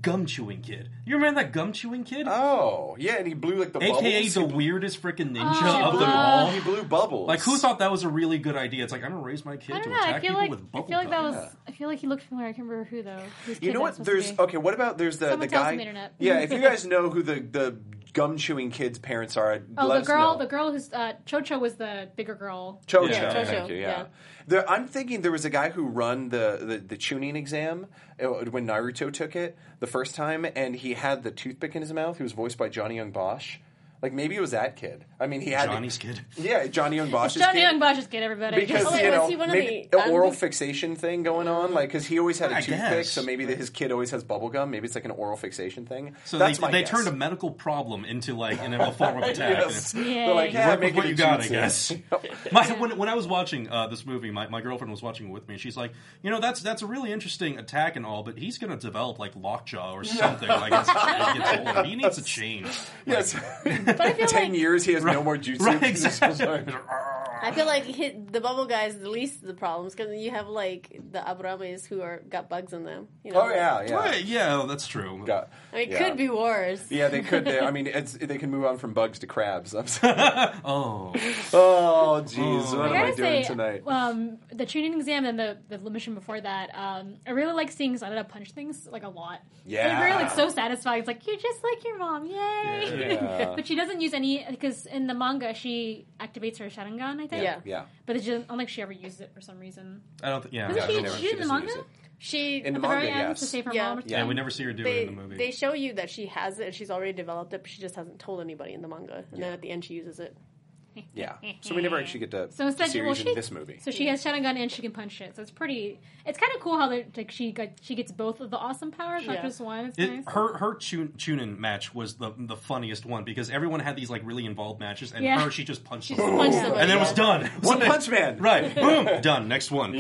Speaker 6: gum chewing kid? You remember that gum chewing kid?
Speaker 4: Uh,
Speaker 5: oh, yeah, and he blew like the
Speaker 6: AKA
Speaker 5: bubbles.
Speaker 6: the
Speaker 5: he, blew,
Speaker 6: weirdest freaking ninja
Speaker 4: Oh,
Speaker 6: of them all.
Speaker 5: he blew bubbles.
Speaker 6: Like, who thought that was a really good idea? It's like I'm gonna raise my kid
Speaker 4: I
Speaker 6: to
Speaker 4: don't know.
Speaker 6: attack
Speaker 4: I feel
Speaker 6: people
Speaker 4: like
Speaker 6: with
Speaker 4: I
Speaker 6: bubble
Speaker 4: feel like that
Speaker 6: gum.
Speaker 4: was. I feel like he looked familiar. I can't remember who though. Whose
Speaker 5: You
Speaker 4: kid
Speaker 5: know
Speaker 4: that's supposed
Speaker 5: what?
Speaker 4: to
Speaker 5: There's
Speaker 4: be.
Speaker 5: okay. What about there's the
Speaker 4: Someone
Speaker 5: the
Speaker 4: tell us
Speaker 5: guy?
Speaker 4: on the internet. *laughs*
Speaker 5: Yeah, if you guys know who the the gum chewing kids' parents are,
Speaker 4: Oh,
Speaker 5: let
Speaker 4: the
Speaker 5: us
Speaker 4: girl.
Speaker 5: know.
Speaker 4: The girl who's uh, Cho Cho was the bigger girl.
Speaker 5: Chocho.
Speaker 6: Yeah, Chocho,
Speaker 5: Thank you, yeah.
Speaker 7: yeah.
Speaker 5: There, I'm thinking there was a guy who run the, the, the tuning exam uh, when Naruto took it the first time, and he had the toothpick in his mouth. He was voiced by Johnny Young Bosch. Like, maybe it was that kid. I mean, he had...
Speaker 6: Johnny's kid.
Speaker 4: *laughs*
Speaker 5: Yeah, Johnny Young Bosch's
Speaker 4: Johnny
Speaker 5: kid.
Speaker 4: Young Bosch is kid. Everybody. *laughs*
Speaker 5: Because,
Speaker 7: Oh, wait,
Speaker 5: you
Speaker 7: was
Speaker 5: know,
Speaker 7: he one of
Speaker 5: maybe
Speaker 7: the
Speaker 5: an oral
Speaker 7: un-
Speaker 5: fixation thing going on. Like, because he always had a
Speaker 6: I
Speaker 5: toothpick,
Speaker 6: guess.
Speaker 5: so maybe that his kid always has bubble gum. Maybe it's like an oral fixation thing.
Speaker 6: So
Speaker 5: That's
Speaker 6: they,
Speaker 5: my
Speaker 6: they
Speaker 5: guess.
Speaker 6: turned a medical problem into like an, a
Speaker 4: *laughs*
Speaker 5: *laughs*
Speaker 6: form of attack.
Speaker 5: Yes.
Speaker 6: And
Speaker 5: They're like,
Speaker 4: Yay.
Speaker 5: yeah,
Speaker 6: Work with
Speaker 5: make it
Speaker 6: what
Speaker 5: a
Speaker 6: you got, I
Speaker 5: jutsu. *laughs*
Speaker 6: guess. my, when, when I was watching uh, this movie, my, my girlfriend was watching it with me, and she's like, "You know, that's that's a really interesting attack and all, but he's going to develop like lockjaw or something. like as he gets older, he needs a change."
Speaker 5: Yes. *laughs*
Speaker 7: but I feel
Speaker 5: Ten
Speaker 7: like
Speaker 5: years, he has no more jutsu. *laughs*
Speaker 6: Right, exactly.
Speaker 7: I feel like hit, the bubble guy is the least of the problems because you have like the Abrames who are got bugs in them you know
Speaker 5: Oh, yeah, *laughs* yeah.
Speaker 6: Right, yeah, that's true.
Speaker 5: Got-
Speaker 7: I mean it
Speaker 5: yeah.
Speaker 7: could be worse
Speaker 5: Yeah, they could. They, I mean, it's, they can move on from bugs to crabs. I'm sorry.
Speaker 6: Oh,
Speaker 5: *laughs* Oh, jeez, what
Speaker 4: I
Speaker 5: am I
Speaker 4: gotta say,
Speaker 5: doing tonight?
Speaker 4: Um, the tuning exam and the, the mission before that, um, I really like seeing Sonata punch things like a lot.
Speaker 5: Yeah.
Speaker 4: They're very like so satisfying. It's like you're just like your mom, *laughs* yay!
Speaker 5: Yeah.
Speaker 4: but she doesn't use any because in the manga she activates her Sharingan, I think.
Speaker 7: Yeah.
Speaker 5: yeah.
Speaker 4: But it's just, I don't think she ever used it for some reason.
Speaker 6: I don't think. Yeah,
Speaker 4: Doesn't
Speaker 6: yeah,
Speaker 4: she,
Speaker 5: she
Speaker 4: she,
Speaker 5: never- she
Speaker 4: in the
Speaker 5: doesn't
Speaker 4: manga?
Speaker 5: use
Speaker 7: she
Speaker 5: In the
Speaker 4: At the very
Speaker 5: manga,
Speaker 4: end
Speaker 5: yes.
Speaker 4: to save her mom.
Speaker 7: Yeah.
Speaker 4: or
Speaker 6: yeah, we
Speaker 4: something?
Speaker 6: never see her do
Speaker 7: they
Speaker 6: it in the movie.
Speaker 7: they show you that she has it and she's already developed it but she just hasn't told anybody in the manga and then at the end she uses it
Speaker 5: Yeah. So we never actually get to
Speaker 4: So instead,
Speaker 5: the series
Speaker 4: well, she,
Speaker 5: in this movie.
Speaker 4: So she has Shadowgun and she can punch shit. So it's pretty. It's kind of cool how they're- like she got she gets both of the awesome powers, not
Speaker 7: Yeah.
Speaker 4: just one. It's
Speaker 6: It,
Speaker 4: nice.
Speaker 6: Her her tune in match was the the funniest one because everyone had these like really involved matches, and
Speaker 4: Yeah.
Speaker 6: her she just punched,
Speaker 7: She just
Speaker 6: someone.
Speaker 7: punched somebody.
Speaker 6: and then it was
Speaker 7: yeah.
Speaker 6: done. It was
Speaker 5: One
Speaker 6: like-
Speaker 5: Punch Man.
Speaker 6: *laughs* Right, boom, done. Next one. *laughs*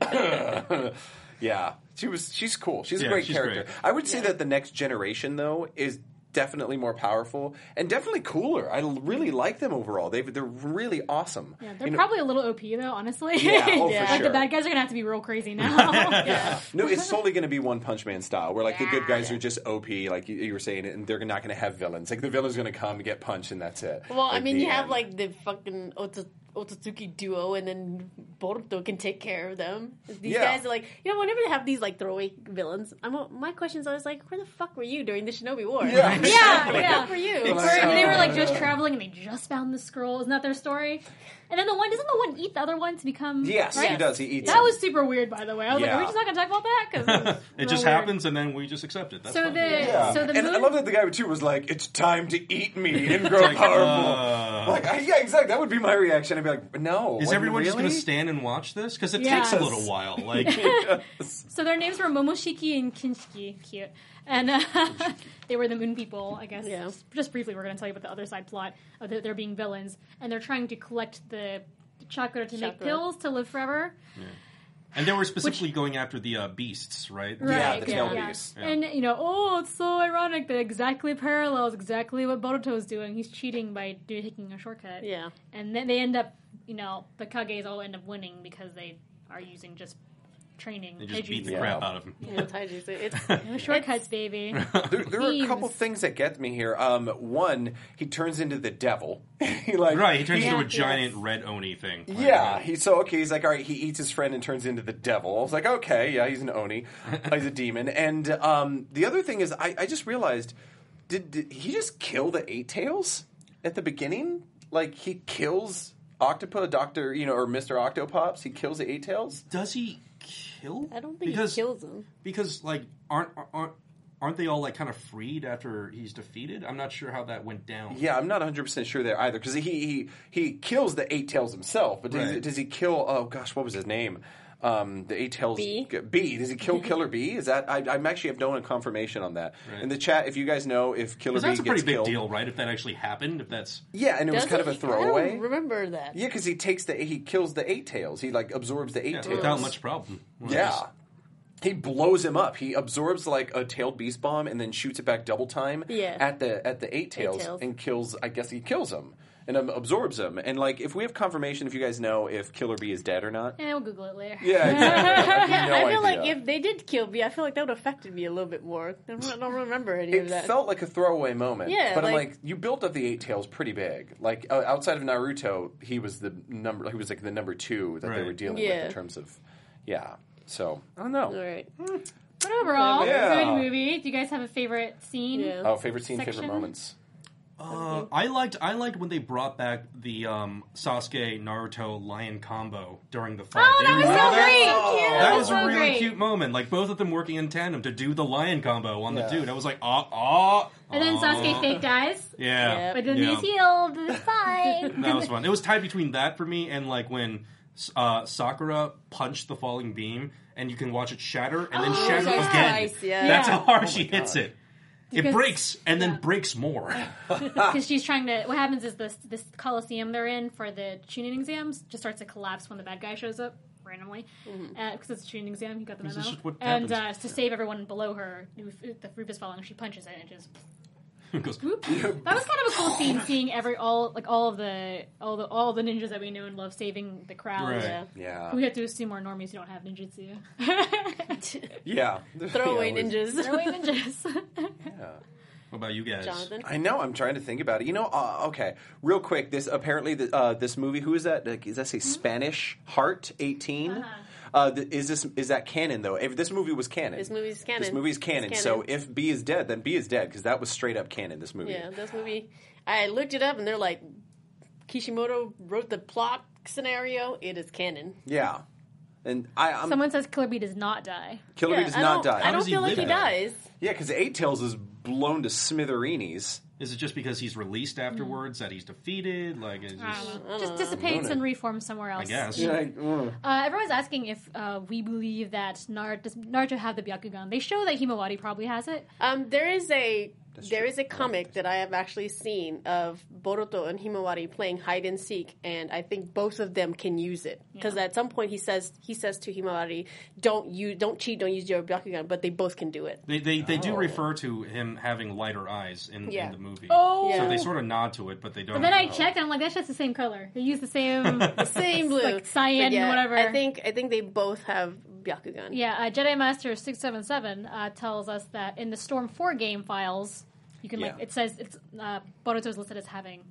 Speaker 5: *laughs* Yeah, she was. She's cool. She's
Speaker 6: Yeah,
Speaker 5: a great
Speaker 6: she's
Speaker 5: character.
Speaker 6: great.
Speaker 5: I would say that the next generation though is definitely more powerful and definitely cooler. I l- really like them overall. They they're really awesome.
Speaker 4: Yeah, they're
Speaker 5: You know-
Speaker 4: probably a little OP though, honestly.
Speaker 5: Yeah, oh, for
Speaker 4: *laughs* like
Speaker 5: sure.
Speaker 4: the bad guys are gonna have to be real crazy
Speaker 5: *laughs*
Speaker 4: now. *laughs*
Speaker 5: no. It's solely going to be One Punch Man style, where like the good guys are just OP, like you, you were saying, and they're not going to have villains. Like the villain's going to come, get punched, and that's it.
Speaker 7: Well, I
Speaker 5: Like,
Speaker 7: mean,
Speaker 5: the
Speaker 7: you have
Speaker 5: end.
Speaker 7: like the fucking Oto- Ototsuki duo, and then Boruto can take care of them. These
Speaker 5: Yeah.
Speaker 7: guys are like, you know, whenever they have these like throwaway villains, I'm al- my question's always like, where the fuck were you during the Shinobi War?
Speaker 5: *laughs*
Speaker 7: *laughs*
Speaker 5: Yeah. uh,
Speaker 7: Like,
Speaker 4: yeah,
Speaker 7: Where the
Speaker 4: yeah.
Speaker 5: *laughs*
Speaker 7: fuck were you?
Speaker 4: Or if they were like just traveling and they just found the scroll. Isn't that their story? And then the one doesn't the one eat the other one to become?
Speaker 5: yes,
Speaker 4: right?
Speaker 5: he does. He eats.
Speaker 4: That
Speaker 5: them.
Speaker 4: was super weird, by the way. I was like,
Speaker 5: Yeah.
Speaker 4: are we just not gonna talk about that?
Speaker 5: *laughs*
Speaker 4: 'Cause
Speaker 6: it
Speaker 4: was
Speaker 6: just
Speaker 4: real weird.
Speaker 6: happens, and then we just accept it. That's
Speaker 4: So
Speaker 6: fine.
Speaker 4: the
Speaker 5: Yeah.
Speaker 4: so the
Speaker 5: and
Speaker 4: moon,
Speaker 5: I love that the guy too was like, "It's time to eat me and grow powerful." like, I, yeah, exactly. That would be my reaction. I'd be like, "No."
Speaker 6: uh. Is
Speaker 5: like,
Speaker 6: everyone just going to
Speaker 5: really?
Speaker 6: stand and watch this? Because it
Speaker 4: Yeah.
Speaker 6: takes a little while. Like,
Speaker 7: *laughs*
Speaker 4: So their names were Momoshiki and Kinshiki. Cute. And uh, *laughs* they were the moon people, I guess.
Speaker 7: Yeah.
Speaker 4: Just, just briefly, we're going to tell you about the other side plot of that they're being villains and they're trying to collect the chakra to make
Speaker 7: Chakra.
Speaker 4: pills to live forever.
Speaker 6: and they were specifically going after the uh, beasts, right?
Speaker 5: Yeah, the tail beast.
Speaker 4: And, you know, oh, it's so ironic that exactly parallels exactly what Boruto's doing. He's cheating by do, taking a shortcut.
Speaker 5: *laughs*
Speaker 7: Yeah.
Speaker 4: And then they end up, you know, the Kages all end up winning because they are using just training.
Speaker 6: They just beat the
Speaker 4: taijutsu.
Speaker 6: crap out of them.
Speaker 7: Yeah, Taijutsu. It's
Speaker 4: No shortcuts,
Speaker 5: *laughs*
Speaker 4: baby.
Speaker 5: *laughs* There, there are a couple
Speaker 4: Themes.
Speaker 5: things that get me here. Um, one, he turns into the devil. *laughs* he like
Speaker 6: Right, he turns into a
Speaker 4: yes.
Speaker 6: giant red oni thing. Like,
Speaker 5: Yeah,
Speaker 6: uh,
Speaker 5: he's so okay. He's like, all right, he eats his friend and turns into the devil. I was like, okay, yeah, he's an oni, he's a demon. And um, the other thing is, I, I just realized, did, did he just kill the eight tails at the beginning? Like he kills Octopa, Doctor, you know, or Mister Octopops. He kills the eight tails.
Speaker 6: Does he kill?
Speaker 7: I don't think he kills them.
Speaker 6: Because like aren't aren't aren't they all like kind of freed after he's defeated? I'm not sure how that went down.
Speaker 5: Yeah, I'm not 100 percent sure there either because he, he he kills the eight tails himself, but does, he,
Speaker 6: Right.
Speaker 5: does he kill? Oh gosh, what was his name? Um, the eight tails bee. Does he kill Killer Bee? Is that I, I'm actually have no confirmation on that in the chat. If you guys know if Killer
Speaker 6: 'Cause
Speaker 5: Bee
Speaker 6: that's a
Speaker 5: gets
Speaker 6: pretty big
Speaker 5: killed,
Speaker 6: deal, right? If that actually happened, if that's
Speaker 5: yeah, and it was
Speaker 7: Does
Speaker 5: kind of
Speaker 7: he?
Speaker 5: a
Speaker 7: I
Speaker 5: throwaway.
Speaker 7: don't remember that.
Speaker 5: Yeah, because he takes the he kills the eight tails. He like absorbs the eight
Speaker 6: yeah,
Speaker 5: tails
Speaker 6: without much problem. Well,
Speaker 5: Yeah.
Speaker 6: just-
Speaker 5: He blows him up. He absorbs like a tailed beast bomb and then shoots it back double time
Speaker 7: Yeah.
Speaker 5: at the at the eight tails,
Speaker 7: tails.
Speaker 5: and kills. I guess he kills him and um, absorbs him. And like, if we have confirmation, if you guys know if Killer Bee is dead or not.
Speaker 4: Eh, we'll Google it later.
Speaker 5: Yeah, exactly. I, have
Speaker 7: *laughs* I
Speaker 5: no
Speaker 7: feel
Speaker 5: idea.
Speaker 7: like if they did kill me, I feel like that would have affected me a little bit more. I don't, I don't remember any of that.
Speaker 5: It felt like a throwaway moment.
Speaker 7: Yeah,
Speaker 5: but I'm
Speaker 7: like-
Speaker 5: like, you built up the eight tails pretty big. Like uh, outside of Naruto, he was the number. He was like the number two that they
Speaker 6: Right.
Speaker 5: were dealing with
Speaker 7: Yeah.
Speaker 5: in terms of, yeah. So I don't know.
Speaker 7: All right.
Speaker 4: But overall,
Speaker 5: Yeah.
Speaker 4: good movie. Do you guys have a favorite scene?
Speaker 7: Yeah.
Speaker 5: Oh, favorite scene,
Speaker 4: Section.
Speaker 5: favorite moments.
Speaker 6: Uh, I liked I liked when they brought back the um, Sasuke Naruto lion combo during the fight.
Speaker 4: Oh,
Speaker 6: Do
Speaker 4: that
Speaker 6: you
Speaker 4: was so
Speaker 6: remember
Speaker 4: great!
Speaker 6: That
Speaker 4: That
Speaker 6: was
Speaker 4: so
Speaker 6: a really
Speaker 4: great.
Speaker 6: cute moment. Like both of them working in tandem to do the lion combo on the dude. I was like, ah, ah.
Speaker 4: And then
Speaker 6: ah.
Speaker 4: Sasuke fake dies,
Speaker 6: Yeah.
Speaker 4: but then
Speaker 6: Yeah.
Speaker 4: he's healed.
Speaker 6: *laughs*
Speaker 4: It's fine.
Speaker 6: That was fun. It was tied between that for me and like when uh, Sakura punched the falling beam, and you can watch it shatter and then shatter
Speaker 7: that's
Speaker 6: again.
Speaker 7: twice, yeah.
Speaker 6: That's
Speaker 4: Oh, Yeah.
Speaker 6: how hard she hits it.
Speaker 4: Because-
Speaker 6: it breaks and then breaks more. *laughs*
Speaker 4: Because she's trying to. What happens is this this coliseum they're in for the Chunin exams just starts to collapse when the bad guy shows up randomly because
Speaker 7: Mm-hmm.
Speaker 4: it's a Chunin exam. He got the
Speaker 6: This
Speaker 4: memo,
Speaker 6: is just what
Speaker 4: and uh,
Speaker 6: happens.
Speaker 4: to save everyone below her, who- if the group is following. She punches it and it just.
Speaker 6: It goes,
Speaker 4: Oop. That was kind of a cool scene, seeing every all like all of the all the all the ninjas that we know and love saving the crowd.
Speaker 6: Right.
Speaker 7: Yeah.
Speaker 5: Yeah.
Speaker 4: We have to assume our normies who don't have ninjutsu. *laughs*
Speaker 7: *laughs*
Speaker 5: Yeah.
Speaker 7: *laughs* Throwaway
Speaker 5: *laughs* Yeah, it was-
Speaker 7: ninjas.
Speaker 4: Throwing ninjas.
Speaker 6: what about you
Speaker 7: *laughs*
Speaker 6: guys?
Speaker 7: Jonathan.
Speaker 5: I know. I'm trying to think about it. You know. Uh, okay. Real quick. This apparently the, uh, this movie. Who is that? Like, does
Speaker 7: Hmm?
Speaker 5: that say Spanish Heart 18? uh
Speaker 7: Uh-huh.
Speaker 5: th- is this is that canon though? If this movie was canon.
Speaker 7: This movie's canon.
Speaker 5: This movie's
Speaker 7: It's
Speaker 5: canon.
Speaker 7: canon.
Speaker 5: So if B is dead, then B is dead because that was straight up canon. This movie.
Speaker 7: Yeah, this movie. I looked it up, and they're like, Kishimoto wrote the plot scenario. It is canon.
Speaker 5: Yeah. And I,
Speaker 4: *laughs*
Speaker 5: I'm
Speaker 4: Someone says Killer Bee does not die.
Speaker 5: Killer Bee
Speaker 7: Yeah,
Speaker 5: does
Speaker 7: I
Speaker 5: not
Speaker 7: don't-
Speaker 5: die.
Speaker 7: I don't
Speaker 6: does he
Speaker 7: feel like
Speaker 6: live
Speaker 7: he
Speaker 6: that?
Speaker 7: dies.
Speaker 5: Yeah, because Eight Tails is blown to smithereens.
Speaker 6: Is it just because he's released
Speaker 7: Mm.
Speaker 6: afterwards that he's defeated? Like, it's just,
Speaker 7: Uh,
Speaker 4: Just dissipates and reforms somewhere else.
Speaker 6: I guess.
Speaker 4: Uh, everyone's asking if uh, we believe that Nar does Naruto have the Byakugan. They show that Himawari probably has it.
Speaker 7: Um, there is a there is a comic that I have actually seen of Boruto and Himawari playing hide and seek, and I think both of them can use it because at some point he says he says to Himawari, "Don't you don't cheat, don't use your Byakugan," but they both can do it.
Speaker 6: They they, they
Speaker 5: Oh.
Speaker 6: do refer to him having lighter eyes in,
Speaker 7: Yeah.
Speaker 6: in the movie.
Speaker 4: Oh.
Speaker 6: So
Speaker 7: Yeah.
Speaker 6: they sort of nod to it, but they don't.
Speaker 4: But then I
Speaker 6: *laughs*
Speaker 4: checked and I'm like, that's just the same color. They use the
Speaker 7: *laughs*
Speaker 4: same.
Speaker 7: Oh. Same blue,
Speaker 4: like cyan,
Speaker 7: But yeah,
Speaker 4: whatever.
Speaker 7: I think I think they both have Byakugan.
Speaker 4: yeah, uh, Jedi Master six seven seven uh, tells us that in the Storm Four game files, you can like
Speaker 5: Yeah.
Speaker 4: it says it's uh, Boruto's listed as having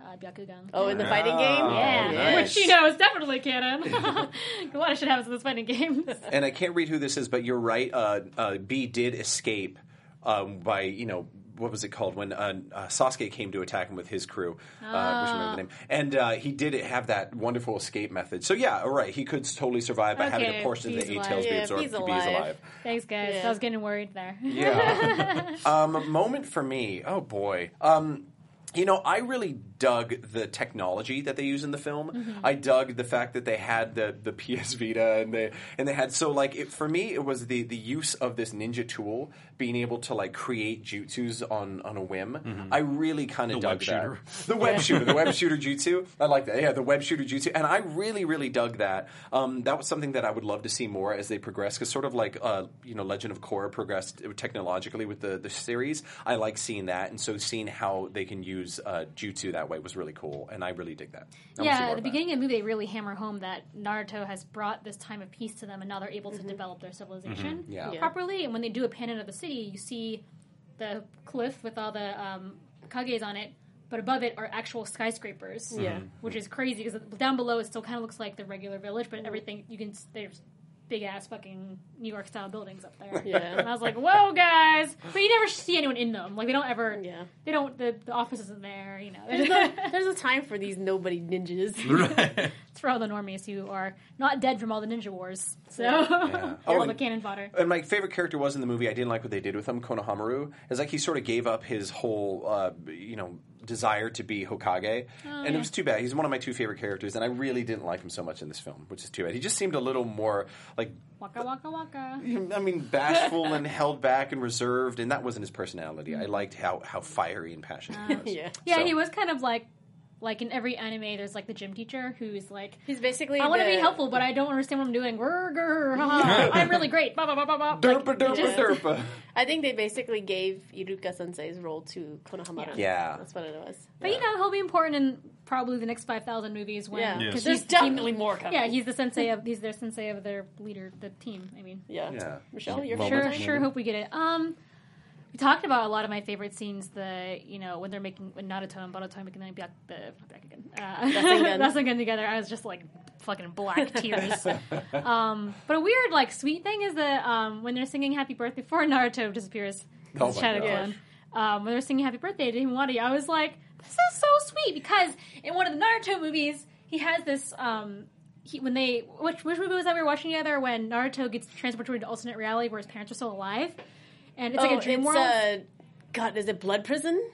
Speaker 4: uh, Byakugan.
Speaker 7: Oh, in the fighting game.
Speaker 5: Oh,
Speaker 4: Yeah,
Speaker 6: Ah, nice.
Speaker 4: which you know is definitely canon. *laughs* a lot of shit happens in this fighting game.
Speaker 5: and I can't read who this is, but you're right. Uh, uh, B did escape um, by you know what was it called when uh, uh, Sasuke came to attack him with his crew. Uh, I wish I remember the name. And uh, he did have that wonderful escape method. So yeah, all right, he could totally survive by having
Speaker 4: Okay,
Speaker 5: a portion of
Speaker 4: he's
Speaker 5: the eight
Speaker 4: alive.
Speaker 5: tails be
Speaker 7: Yeah, if
Speaker 5: absorbed.
Speaker 7: he's
Speaker 5: if
Speaker 7: alive.
Speaker 4: Thanks, guys. I was getting worried there. *laughs*
Speaker 5: Yeah. um, moment for me. Oh boy. Um, you know, I really dug the technology that they use in the film. I dug the fact that they had the, the PS Vita and they and they had so like it, for me it was the, the use of this ninja tool being able to like create jutsus on on a whim. I really kind of dug
Speaker 6: Mm-hmm.
Speaker 5: that.
Speaker 6: web shooter.
Speaker 5: The web shooter, the web shooter jutsu. I like that. Yeah, the web shooter jutsu, and I really, really dug that. Um, that was something that I would love to see more as they progress, because sort of like uh, you know, Legend of Korra progressed technologically with the the series. I like seeing that, and so seeing how they can use uh, jutsu that way was really cool, and I really dig that. I wanna see
Speaker 4: Yeah,
Speaker 5: more
Speaker 4: at
Speaker 5: of
Speaker 4: the
Speaker 5: that.
Speaker 4: beginning of the movie, they really hammer home that Naruto has brought this time of peace to them, and now they're able to develop their civilization
Speaker 5: Mm-hmm. Yeah. Yeah.
Speaker 4: properly. And when they do a pan-out of the city, you see the cliff with all the um, kages on it, but above it are actual skyscrapers.
Speaker 7: Yeah.
Speaker 6: Hmm.
Speaker 7: Mhm.
Speaker 4: which is crazy because down below it still kind of looks like the regular village, but everything you can s- there's big ass fucking New York style buildings up there.
Speaker 7: Yeah.
Speaker 4: and I was like, whoa, guys! But you never see anyone in them. Like they don't ever.
Speaker 7: Yeah.
Speaker 4: They don't. The, the office isn't there. You know.
Speaker 7: There's no, there's a time for these nobody
Speaker 6: *laughs*
Speaker 7: ninjas.
Speaker 4: *laughs* It's for all the normies who are not dead from all the ninja wars. So, *laughs*
Speaker 5: Oh,
Speaker 4: all the
Speaker 5: and-
Speaker 4: cannon fodder.
Speaker 5: And my favorite character was in the movie. I didn't like what they did with him, Konohamaru. Is like he sort of gave up his whole, uh, you know, desire to be Hokage,
Speaker 4: Oh,
Speaker 5: and it was too bad. He's one of my two favorite characters, and I really didn't like him so much in this film, which is too bad. He just seemed a little more like,
Speaker 4: Waka waka waka.
Speaker 5: I mean,
Speaker 4: *laughs*
Speaker 5: bashful and held back and reserved, and that wasn't his personality. I liked how how fiery and passionate
Speaker 4: Oh.
Speaker 5: he was.
Speaker 7: yeah.
Speaker 4: Yeah,
Speaker 5: So-
Speaker 4: he was kind of like, like in every anime, there's like the gym teacher who's like,
Speaker 7: He's basically.
Speaker 4: I want to
Speaker 7: the-
Speaker 4: be helpful, but I don't understand what I'm doing. Grr, grr, ha,
Speaker 5: *laughs*
Speaker 4: ha. I'm really great. Ba, ba, ba, ba, ba. Like,
Speaker 5: Derpa derpa
Speaker 4: just-
Speaker 5: derpa.
Speaker 7: I think they basically gave Iruka Sensei's role to Konohamaru.
Speaker 5: Yeah.
Speaker 7: that's what it was.
Speaker 4: But you know, he'll be important in probably the next 5,000 movies when.
Speaker 7: Yeah.
Speaker 4: 'cause
Speaker 6: Yes.
Speaker 7: There's
Speaker 4: he's-
Speaker 7: definitely
Speaker 4: he-
Speaker 7: more coming.
Speaker 4: Yeah, he's the sensei of he's their sensei of their leader, the team. I mean,
Speaker 7: yeah.
Speaker 5: Yeah.
Speaker 7: Michelle, you're
Speaker 5: Moment.
Speaker 4: sure,
Speaker 7: sure.
Speaker 5: Maybe.
Speaker 4: sure. Hope we get it. Um, we talked about a lot of my favorite scenes. The you know when they're making when Naruto and Boruto are making the Byak- the not Byakugan, uh, *laughs*
Speaker 7: Rasengan.
Speaker 4: Rasengan together. I was just like fucking
Speaker 5: *laughs*
Speaker 4: black tears. um, but a weird like sweet thing is that um, when they're singing Happy Birthday before Naruto disappears,
Speaker 5: Oh
Speaker 4: it's
Speaker 5: my
Speaker 4: Shadow
Speaker 5: gosh.
Speaker 4: Clone. Um, when they're singing Happy Birthday to Himawari, I was like, this is so sweet because in one of the Naruto movies, he has this. Um, he, when they which which movie was that we were watching together when Naruto gets transported to alternate reality where his parents are still alive, and it's like a dream
Speaker 7: it's,
Speaker 4: world.
Speaker 7: Uh, God, is it Blood Prison?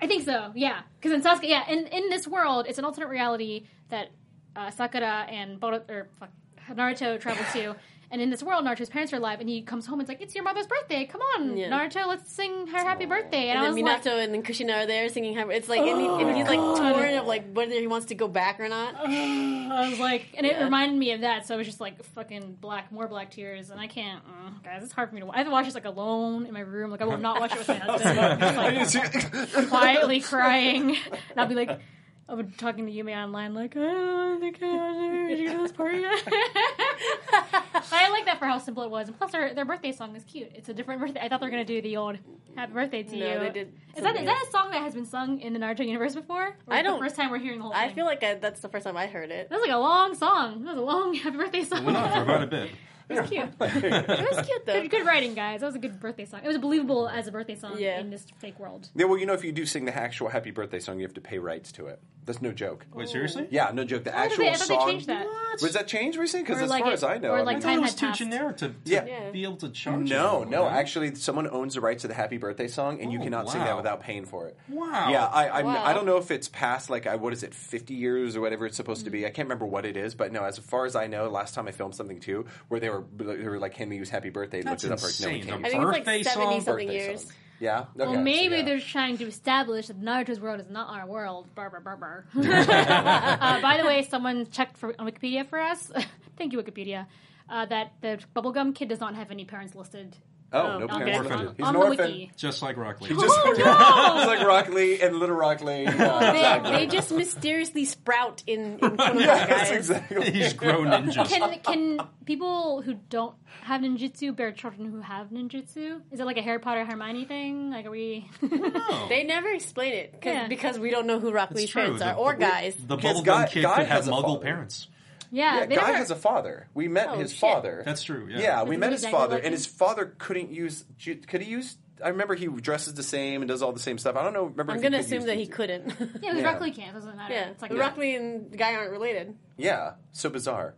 Speaker 4: I think so, yeah. Because in Sasuke, yeah, in in this world, it's an alternate reality that uh, Sakura and Boruto, or fuck, Naruto travel
Speaker 7: *laughs*
Speaker 4: to. And in this world, Naruto's parents are alive, and he comes home and it's like, "It's your mother's birthday. Come on,
Speaker 7: Yeah.
Speaker 4: Naruto, let's sing her happy birthday." And,
Speaker 7: And
Speaker 4: I was
Speaker 7: then
Speaker 4: like,
Speaker 7: Minato and then Kushina are there singing. Happy- It's like and, he, and he's like torn of like whether he wants to go back or not.
Speaker 4: I was like, and it reminded me of that. So it was just like fucking black, more black tears, and I can't, mm, guys. It's hard for me to. wa- I have to watch this like alone in my room. Like I will not watch it with my husband. I'm just, like, quietly crying. And I'll be like, i would talking to Yumi online, like, "Oh, I don't think I should go to this party. *laughs* but I like that for how simple it was. And plus, their, their birthday song is cute. It's a different birthday. I thought they were going to do the old Happy Birthday to
Speaker 7: No,
Speaker 4: You.
Speaker 7: they did
Speaker 4: Is that, is that a song that has been sung in the Naruto universe before? Or is it
Speaker 7: I don't-
Speaker 4: The first time we're hearing the whole
Speaker 7: I
Speaker 4: thing?
Speaker 7: feel like I, that's the first time I heard it.
Speaker 4: That was like a long *laughs* song. That was a long Happy Birthday song.
Speaker 6: Went on for about a bit.
Speaker 4: It was cute.
Speaker 7: It was cute though.
Speaker 4: good, good writing, guys. That was a good birthday song. It was believable as a birthday song
Speaker 7: Yeah.
Speaker 4: in this fake world.
Speaker 5: *laughs* Yeah, well, you know, if you do sing the actual Happy Birthday song, you have to pay rights to it. That's no joke.
Speaker 7: Oh.
Speaker 6: Wait, seriously?
Speaker 5: Yeah, no joke. The
Speaker 4: I thought
Speaker 5: actual
Speaker 4: they, I thought
Speaker 5: song
Speaker 4: they changed that.
Speaker 5: was that changed recently?
Speaker 4: Or
Speaker 5: Because as
Speaker 4: like
Speaker 5: far
Speaker 4: it-
Speaker 5: as I know,
Speaker 4: or
Speaker 5: I
Speaker 4: like
Speaker 5: mean-
Speaker 6: I thought it
Speaker 4: Time
Speaker 6: was
Speaker 4: had
Speaker 6: too
Speaker 4: passed.
Speaker 6: generic to, to
Speaker 5: Yeah.
Speaker 7: Yeah.
Speaker 6: be able to charge.
Speaker 5: No,
Speaker 6: anyone,
Speaker 5: no.
Speaker 6: right?
Speaker 5: Actually, someone owns the rights to the Happy Birthday song, and you
Speaker 6: Oh,
Speaker 5: cannot sing that
Speaker 6: wow.
Speaker 5: without paying for it.
Speaker 6: Wow.
Speaker 5: Yeah, I I'm,
Speaker 7: Wow.
Speaker 5: I don't know if it's past like I what is it, fifty years or whatever it's supposed
Speaker 4: Mm-hmm.
Speaker 5: to be. I can't remember what it is, but no. As far as I know, last time I filmed something too, where they were they were like, "Can we use Happy Birthday?"
Speaker 6: That's
Speaker 5: Looked it up like, no, we
Speaker 6: insane.
Speaker 5: can't.
Speaker 7: I
Speaker 5: use
Speaker 7: think it's
Speaker 6: Birthday
Speaker 7: like seventy
Speaker 6: song,
Speaker 5: Birthday
Speaker 7: something years.
Speaker 5: song. Yeah. Okay,
Speaker 4: Well,
Speaker 5: so,
Speaker 4: maybe
Speaker 5: yeah.
Speaker 4: they're trying to establish that Naruto's world is not our world. Barber,
Speaker 5: *laughs*
Speaker 4: barber. uh, by the way, someone checked for, on Wikipedia for us. *laughs* Thank you, Wikipedia. Uh, that the bubblegum kid does not have any parents listed.
Speaker 5: Oh, no
Speaker 4: on
Speaker 5: parents.
Speaker 4: the-
Speaker 6: Orphan.
Speaker 4: on-
Speaker 5: He's
Speaker 4: on
Speaker 5: an
Speaker 4: the
Speaker 5: orphan.
Speaker 4: wiki. Oh,
Speaker 6: Just like Rock
Speaker 5: *laughs*
Speaker 6: Lee.
Speaker 5: Just like, *laughs* it's like Rock Lee and Little
Speaker 4: *laughs*
Speaker 5: Rock Lee. Yeah,
Speaker 7: *laughs* They,
Speaker 5: exactly.
Speaker 7: they just mysteriously sprout *laughs* in, in Konoha,
Speaker 5: Yes,
Speaker 7: guys.
Speaker 5: exactly.
Speaker 6: *laughs* He's grown ninjas.
Speaker 4: Can can people who don't have ninjutsu bear children who have ninjutsu? Is it like a Harry Potter Hermione thing? Like, are we?
Speaker 7: They never explain it 'cause-
Speaker 4: Yeah.
Speaker 7: because we don't know who Rock Lee's
Speaker 6: It's true,
Speaker 7: parents
Speaker 6: the-
Speaker 7: are or
Speaker 6: the-
Speaker 7: guys.
Speaker 6: The
Speaker 5: Because
Speaker 6: bubblegum
Speaker 5: Guy-
Speaker 6: kid
Speaker 5: Guy
Speaker 6: could have
Speaker 5: has a
Speaker 6: Muggle
Speaker 5: father.
Speaker 6: parents.
Speaker 4: yeah,
Speaker 5: Yeah,
Speaker 4: they
Speaker 5: Guy
Speaker 4: never-
Speaker 5: has a father. We met
Speaker 7: Oh,
Speaker 5: his
Speaker 7: shit.
Speaker 5: father.
Speaker 6: That's true, yeah.
Speaker 5: yeah we
Speaker 4: Doesn't
Speaker 5: met
Speaker 4: he
Speaker 5: his
Speaker 4: exactly
Speaker 5: father,
Speaker 4: like
Speaker 5: and
Speaker 4: him?
Speaker 5: his father couldn't use. ju- Could he use? I remember he dresses the same and does all the same stuff. I don't know. Remember.
Speaker 7: I'm
Speaker 5: if
Speaker 7: going to
Speaker 5: could use
Speaker 7: assume that he
Speaker 5: ninjutsu.
Speaker 7: couldn't.
Speaker 4: Yeah, it was
Speaker 5: Yeah.
Speaker 4: Rock Lee camp. Doesn't matter.
Speaker 7: *laughs* yeah.
Speaker 4: It's like
Speaker 7: Rock Lee and Guy aren't related.
Speaker 5: Yeah, so bizarre.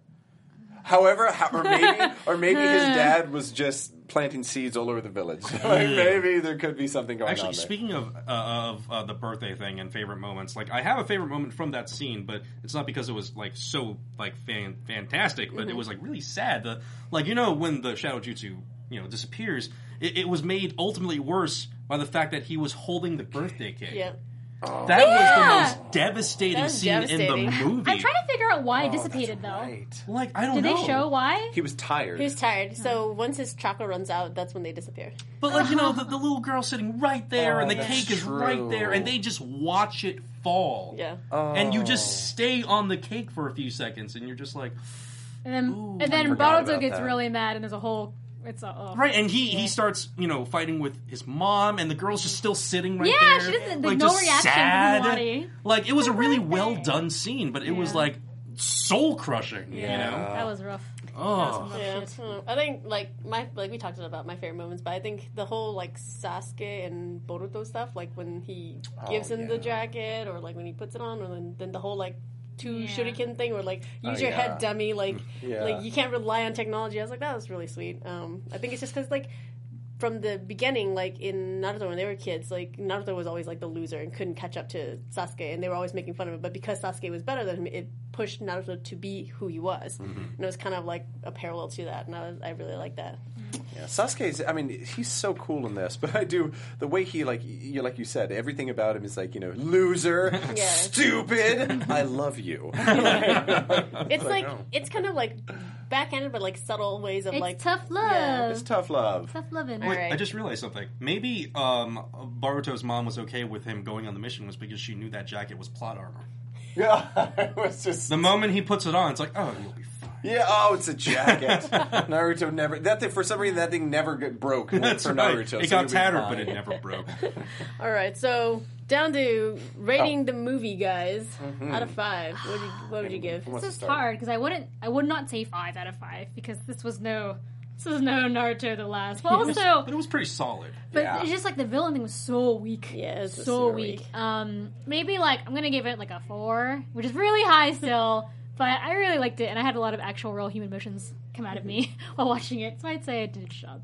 Speaker 5: However, ho- or
Speaker 7: *laughs*
Speaker 5: maybe, or maybe his dad was just planting seeds all over the village. *laughs* like maybe there could be something going
Speaker 6: Actually,
Speaker 5: on. There.
Speaker 6: speaking of uh, of uh, the birthday thing and favorite moments, like I have a favorite moment from that scene, but it's not because it was like so like fan- fantastic,
Speaker 4: Mm-hmm.
Speaker 6: but it was like really sad. The like you know when the Shadow Jutsu you know disappears, it, it was made ultimately worse by the fact that he was holding the birthday cake.
Speaker 7: Yeah.
Speaker 6: That
Speaker 4: Yeah.
Speaker 6: was the most devastating
Speaker 7: was
Speaker 6: scene in the
Speaker 7: devastating.
Speaker 6: movie.
Speaker 4: I'm trying to figure out why it dissipated though.
Speaker 5: Oh, Right.
Speaker 6: like I don't
Speaker 4: Did
Speaker 6: know.
Speaker 4: they show why?
Speaker 5: He was tired.
Speaker 7: He was tired. So once his chakra runs out, that's when they disappear.
Speaker 6: But like you know,
Speaker 4: Uh-huh.
Speaker 6: the, the little girl sitting right there, and the
Speaker 5: Oh, that's
Speaker 6: cake is
Speaker 5: true.
Speaker 6: right there, and they just watch it fall.
Speaker 7: Yeah.
Speaker 6: And you just stay on the cake for a few seconds, and you're just like,
Speaker 4: And then, and
Speaker 5: I
Speaker 4: then
Speaker 5: forgot
Speaker 4: Boruto
Speaker 5: about
Speaker 4: gets
Speaker 5: that.
Speaker 4: really mad, and there's a whole. It's a, oh.
Speaker 6: right. And he he starts you know fighting with his mom, and the girl's just still sitting right
Speaker 4: Yeah,
Speaker 6: there.
Speaker 4: she doesn't-
Speaker 6: like,
Speaker 4: no
Speaker 6: just
Speaker 4: reaction from
Speaker 6: sad.
Speaker 4: Lottie.
Speaker 6: Like it was a really well done scene, but it was like soul crushing. You
Speaker 4: Yeah,
Speaker 6: know,
Speaker 4: that was rough. That was some
Speaker 6: oh.
Speaker 4: rough
Speaker 7: Yeah.
Speaker 4: shit.
Speaker 7: Hmm. I think like my like we talked about my favorite moments, but I think the whole like Sasuke and Boruto stuff, like when he gives him the
Speaker 5: yeah.
Speaker 7: jacket or like when he puts it on, or then, then the whole like two
Speaker 4: Yeah.
Speaker 7: shuriken thing, or like use your
Speaker 5: yeah.
Speaker 7: head dummy, *laughs* like
Speaker 5: Yeah.
Speaker 7: like you can't rely on technology. I was like that was really sweet. Um, I think it's just because like. From the beginning, like in Naruto, when they were kids, like Naruto was always like the loser and couldn't catch up to Sasuke, and they were always making fun of him. But because Sasuke was better than him, it pushed Naruto to be who he was, and it was kind of like a parallel to that. And I, was, I really like that.
Speaker 5: Yeah, Sasuke's. I mean, he's so cool in this, *laughs* but I do the way he like you like you said. Everything about him is like you know,
Speaker 4: *laughs*
Speaker 5: loser,
Speaker 7: Yeah.
Speaker 5: stupid. I love you.
Speaker 7: It's like oh. it's kind of like backhanded, but like subtle ways of
Speaker 4: It's
Speaker 7: like
Speaker 4: tough love.
Speaker 5: it's tough love. *laughs*
Speaker 4: tough loving.
Speaker 7: All right.
Speaker 6: I just realized something. Maybe um, Baruto's mom was okay with him going on the mission was because she knew that jacket was plot armor.
Speaker 5: Yeah, it was just
Speaker 6: The moment he puts it on, it's like, oh, you'll be fine.
Speaker 5: yeah. Oh, it's
Speaker 4: *laughs*
Speaker 5: a jacket. Naruto never that thing for some reason that thing never get broke
Speaker 6: *laughs*
Speaker 5: for
Speaker 6: right.
Speaker 5: Naruto.
Speaker 6: It
Speaker 5: so
Speaker 6: got
Speaker 5: you'll be
Speaker 6: tattered,
Speaker 5: fine.
Speaker 6: but it never broke.
Speaker 7: All right, so down to rating the movie, guys, out of five. What would you, what would you give?
Speaker 5: Who wants
Speaker 4: This is
Speaker 5: to start?
Speaker 4: hard because I wouldn't. I would not say five out of five because this was no. This was no Naruto the last.
Speaker 5: *laughs*
Speaker 4: But also,
Speaker 6: but it was pretty solid.
Speaker 4: but
Speaker 5: Yeah.
Speaker 4: it's just like the villain thing was so weak.
Speaker 7: Yeah, it was just
Speaker 4: so
Speaker 7: super
Speaker 4: weak.
Speaker 7: weak.
Speaker 4: Um, maybe like I'm gonna give it like a four, which is really
Speaker 7: *laughs*
Speaker 4: high still. But I really liked it, and I had a lot of actual real human emotions come out of
Speaker 7: *laughs*
Speaker 4: me while watching it. So I'd say I did its job.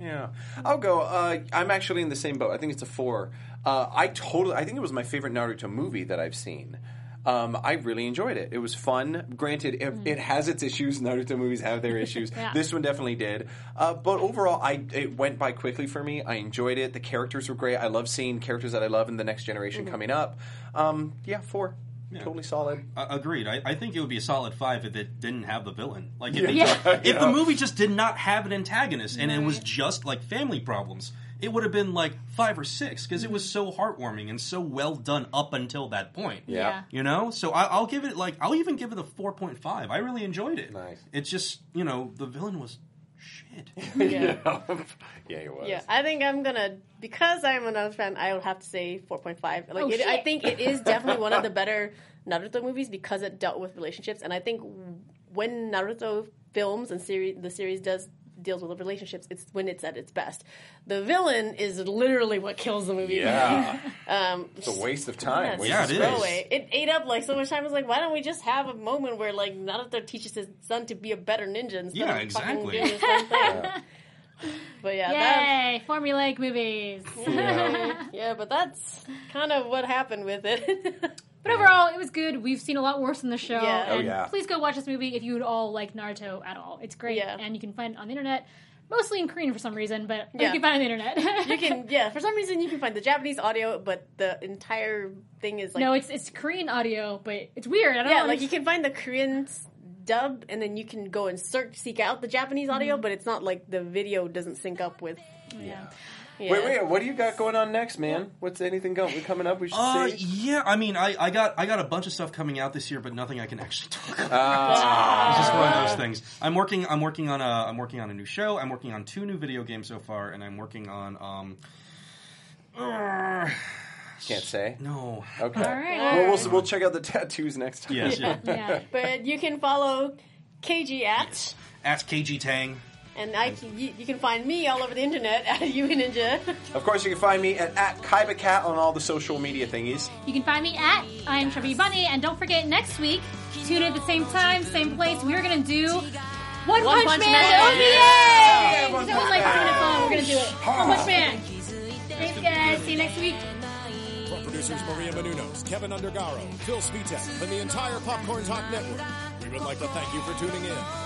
Speaker 5: Yeah, I'll go. Uh, I'm actually in the same boat. I think it's a four. Uh, I totally. I think it was my favorite Naruto movie that I've seen. Um, I really enjoyed it. It was fun. Granted, it, it has its issues. *laughs* Naruto movies have their issues.
Speaker 4: Mm. *laughs* Yeah.
Speaker 5: This one definitely did. Uh, but overall, I it went by quickly for me. I enjoyed it. The characters were great. I love seeing characters that I love in the next generation
Speaker 4: Mm-hmm.
Speaker 5: coming up. Um, yeah, four. Totally solid.
Speaker 6: Uh, agreed. I, I think it would be a solid five if it didn't have the villain. Like if, it
Speaker 4: Yeah. *laughs*
Speaker 6: just- if the movie just did not have an antagonist and it was just like family problems, it would have been like five or six because it was so heartwarming and so well done up until that point.
Speaker 4: Yeah.
Speaker 6: You know, so I, I'll give it like I'll even give it a four point five. I really enjoyed it.
Speaker 5: Nice.
Speaker 6: It's just you know the villain was
Speaker 4: *laughs*
Speaker 6: shit.
Speaker 7: *laughs* Yeah.
Speaker 5: *laughs* yeah, it was.
Speaker 7: Yeah, I think I'm gonna because I'm a Naruto fan. I would have to say 4.5. Like,
Speaker 4: Oh,
Speaker 7: it, I
Speaker 4: shit.
Speaker 7: *laughs* think it is definitely one of the better Naruto movies because it dealt with relationships, and I think when Naruto films and series the series does deals with relationships, it's when it's at its best. The villain is literally what kills the movie.
Speaker 4: *laughs*
Speaker 5: Yeah.
Speaker 4: Um,
Speaker 5: it's a waste of time. waste
Speaker 6: Yeah,
Speaker 5: of
Speaker 6: it is.
Speaker 5: space.
Speaker 7: Throwaway. *laughs* It ate up like so much time. I was like, why don't we just have a moment where like Naruto teaches his son to be a better ninja instead
Speaker 6: Yeah,
Speaker 7: of
Speaker 6: exactly.
Speaker 7: fucking doing his
Speaker 6: *laughs*
Speaker 7: own thing. But yeah, that,
Speaker 4: Yay! Formulaic movies.
Speaker 7: *laughs* yeah, but that's kind of what happened with it.
Speaker 4: *laughs*
Speaker 7: *laughs*
Speaker 4: But overall, it was good. We've seen a lot worse in the show.
Speaker 7: Yeah. Oh,
Speaker 4: And
Speaker 5: yeah.
Speaker 4: Please go watch this movie if you would all like Naruto at all. It's great.
Speaker 7: Yeah.
Speaker 4: And you can find it on the internet, mostly in Korean for some reason, but
Speaker 7: Yeah.
Speaker 4: you can find it on the internet.
Speaker 7: you can, yeah, for some reason you can find the Japanese audio, but the entire thing is
Speaker 4: *laughs*
Speaker 7: like
Speaker 4: no, it's it's Korean audio, but it's weird. I don't
Speaker 7: yeah,
Speaker 4: know.
Speaker 7: like you can find the Korean s- dub, and then you can go and search seek out the Japanese
Speaker 4: Mm-hmm.
Speaker 7: audio, but it's not like the video doesn't sync up with.
Speaker 4: Yeah.
Speaker 7: Yeah.
Speaker 5: Wait, wait. What do you got going on next, man? What's anything going, coming up? We should
Speaker 6: Uh,
Speaker 5: see.
Speaker 6: yeah, I mean, I, I got I got a bunch of stuff coming out this year, but nothing I can actually *laughs* talk about.
Speaker 5: Ah,
Speaker 6: it's just one of those things. I'm working. I'm working on a. I'm working on a new show. I'm working on two new video games so far, and I'm working on. Um, uh,
Speaker 5: Can't say.
Speaker 6: *sighs* no.
Speaker 5: Okay.
Speaker 4: All right.
Speaker 5: Well, we'll we'll check out the tattoos next time.
Speaker 6: Yes. Yeah.
Speaker 4: Yeah.
Speaker 7: But you can follow KG at,
Speaker 6: *laughs* Ask KG Tang.
Speaker 7: and I can, you, you can find me all over the internet at *laughs* you ninja.
Speaker 5: *laughs* Of course, you can find me at, at KaibaCat on all the social media thingies.
Speaker 4: You can find me at I am Chubby Bunny, and don't forget next week, tune in at the same time, same place. We're gonna do One, Punch,
Speaker 7: Punch
Speaker 4: Man,
Speaker 7: Man.
Speaker 4: OVA.
Speaker 5: Yeah,
Speaker 4: Because
Speaker 5: One Punch
Speaker 4: everyone likes
Speaker 5: Man.
Speaker 4: doing it fun. We're gonna do it. One Punch Man. Thanks, guys. See you next week.
Speaker 1: From producers Maria Menunos, Kevin Undergaro, Phil Svitek, and the entire Popcorn Talk Network, we would like to thank you for tuning in.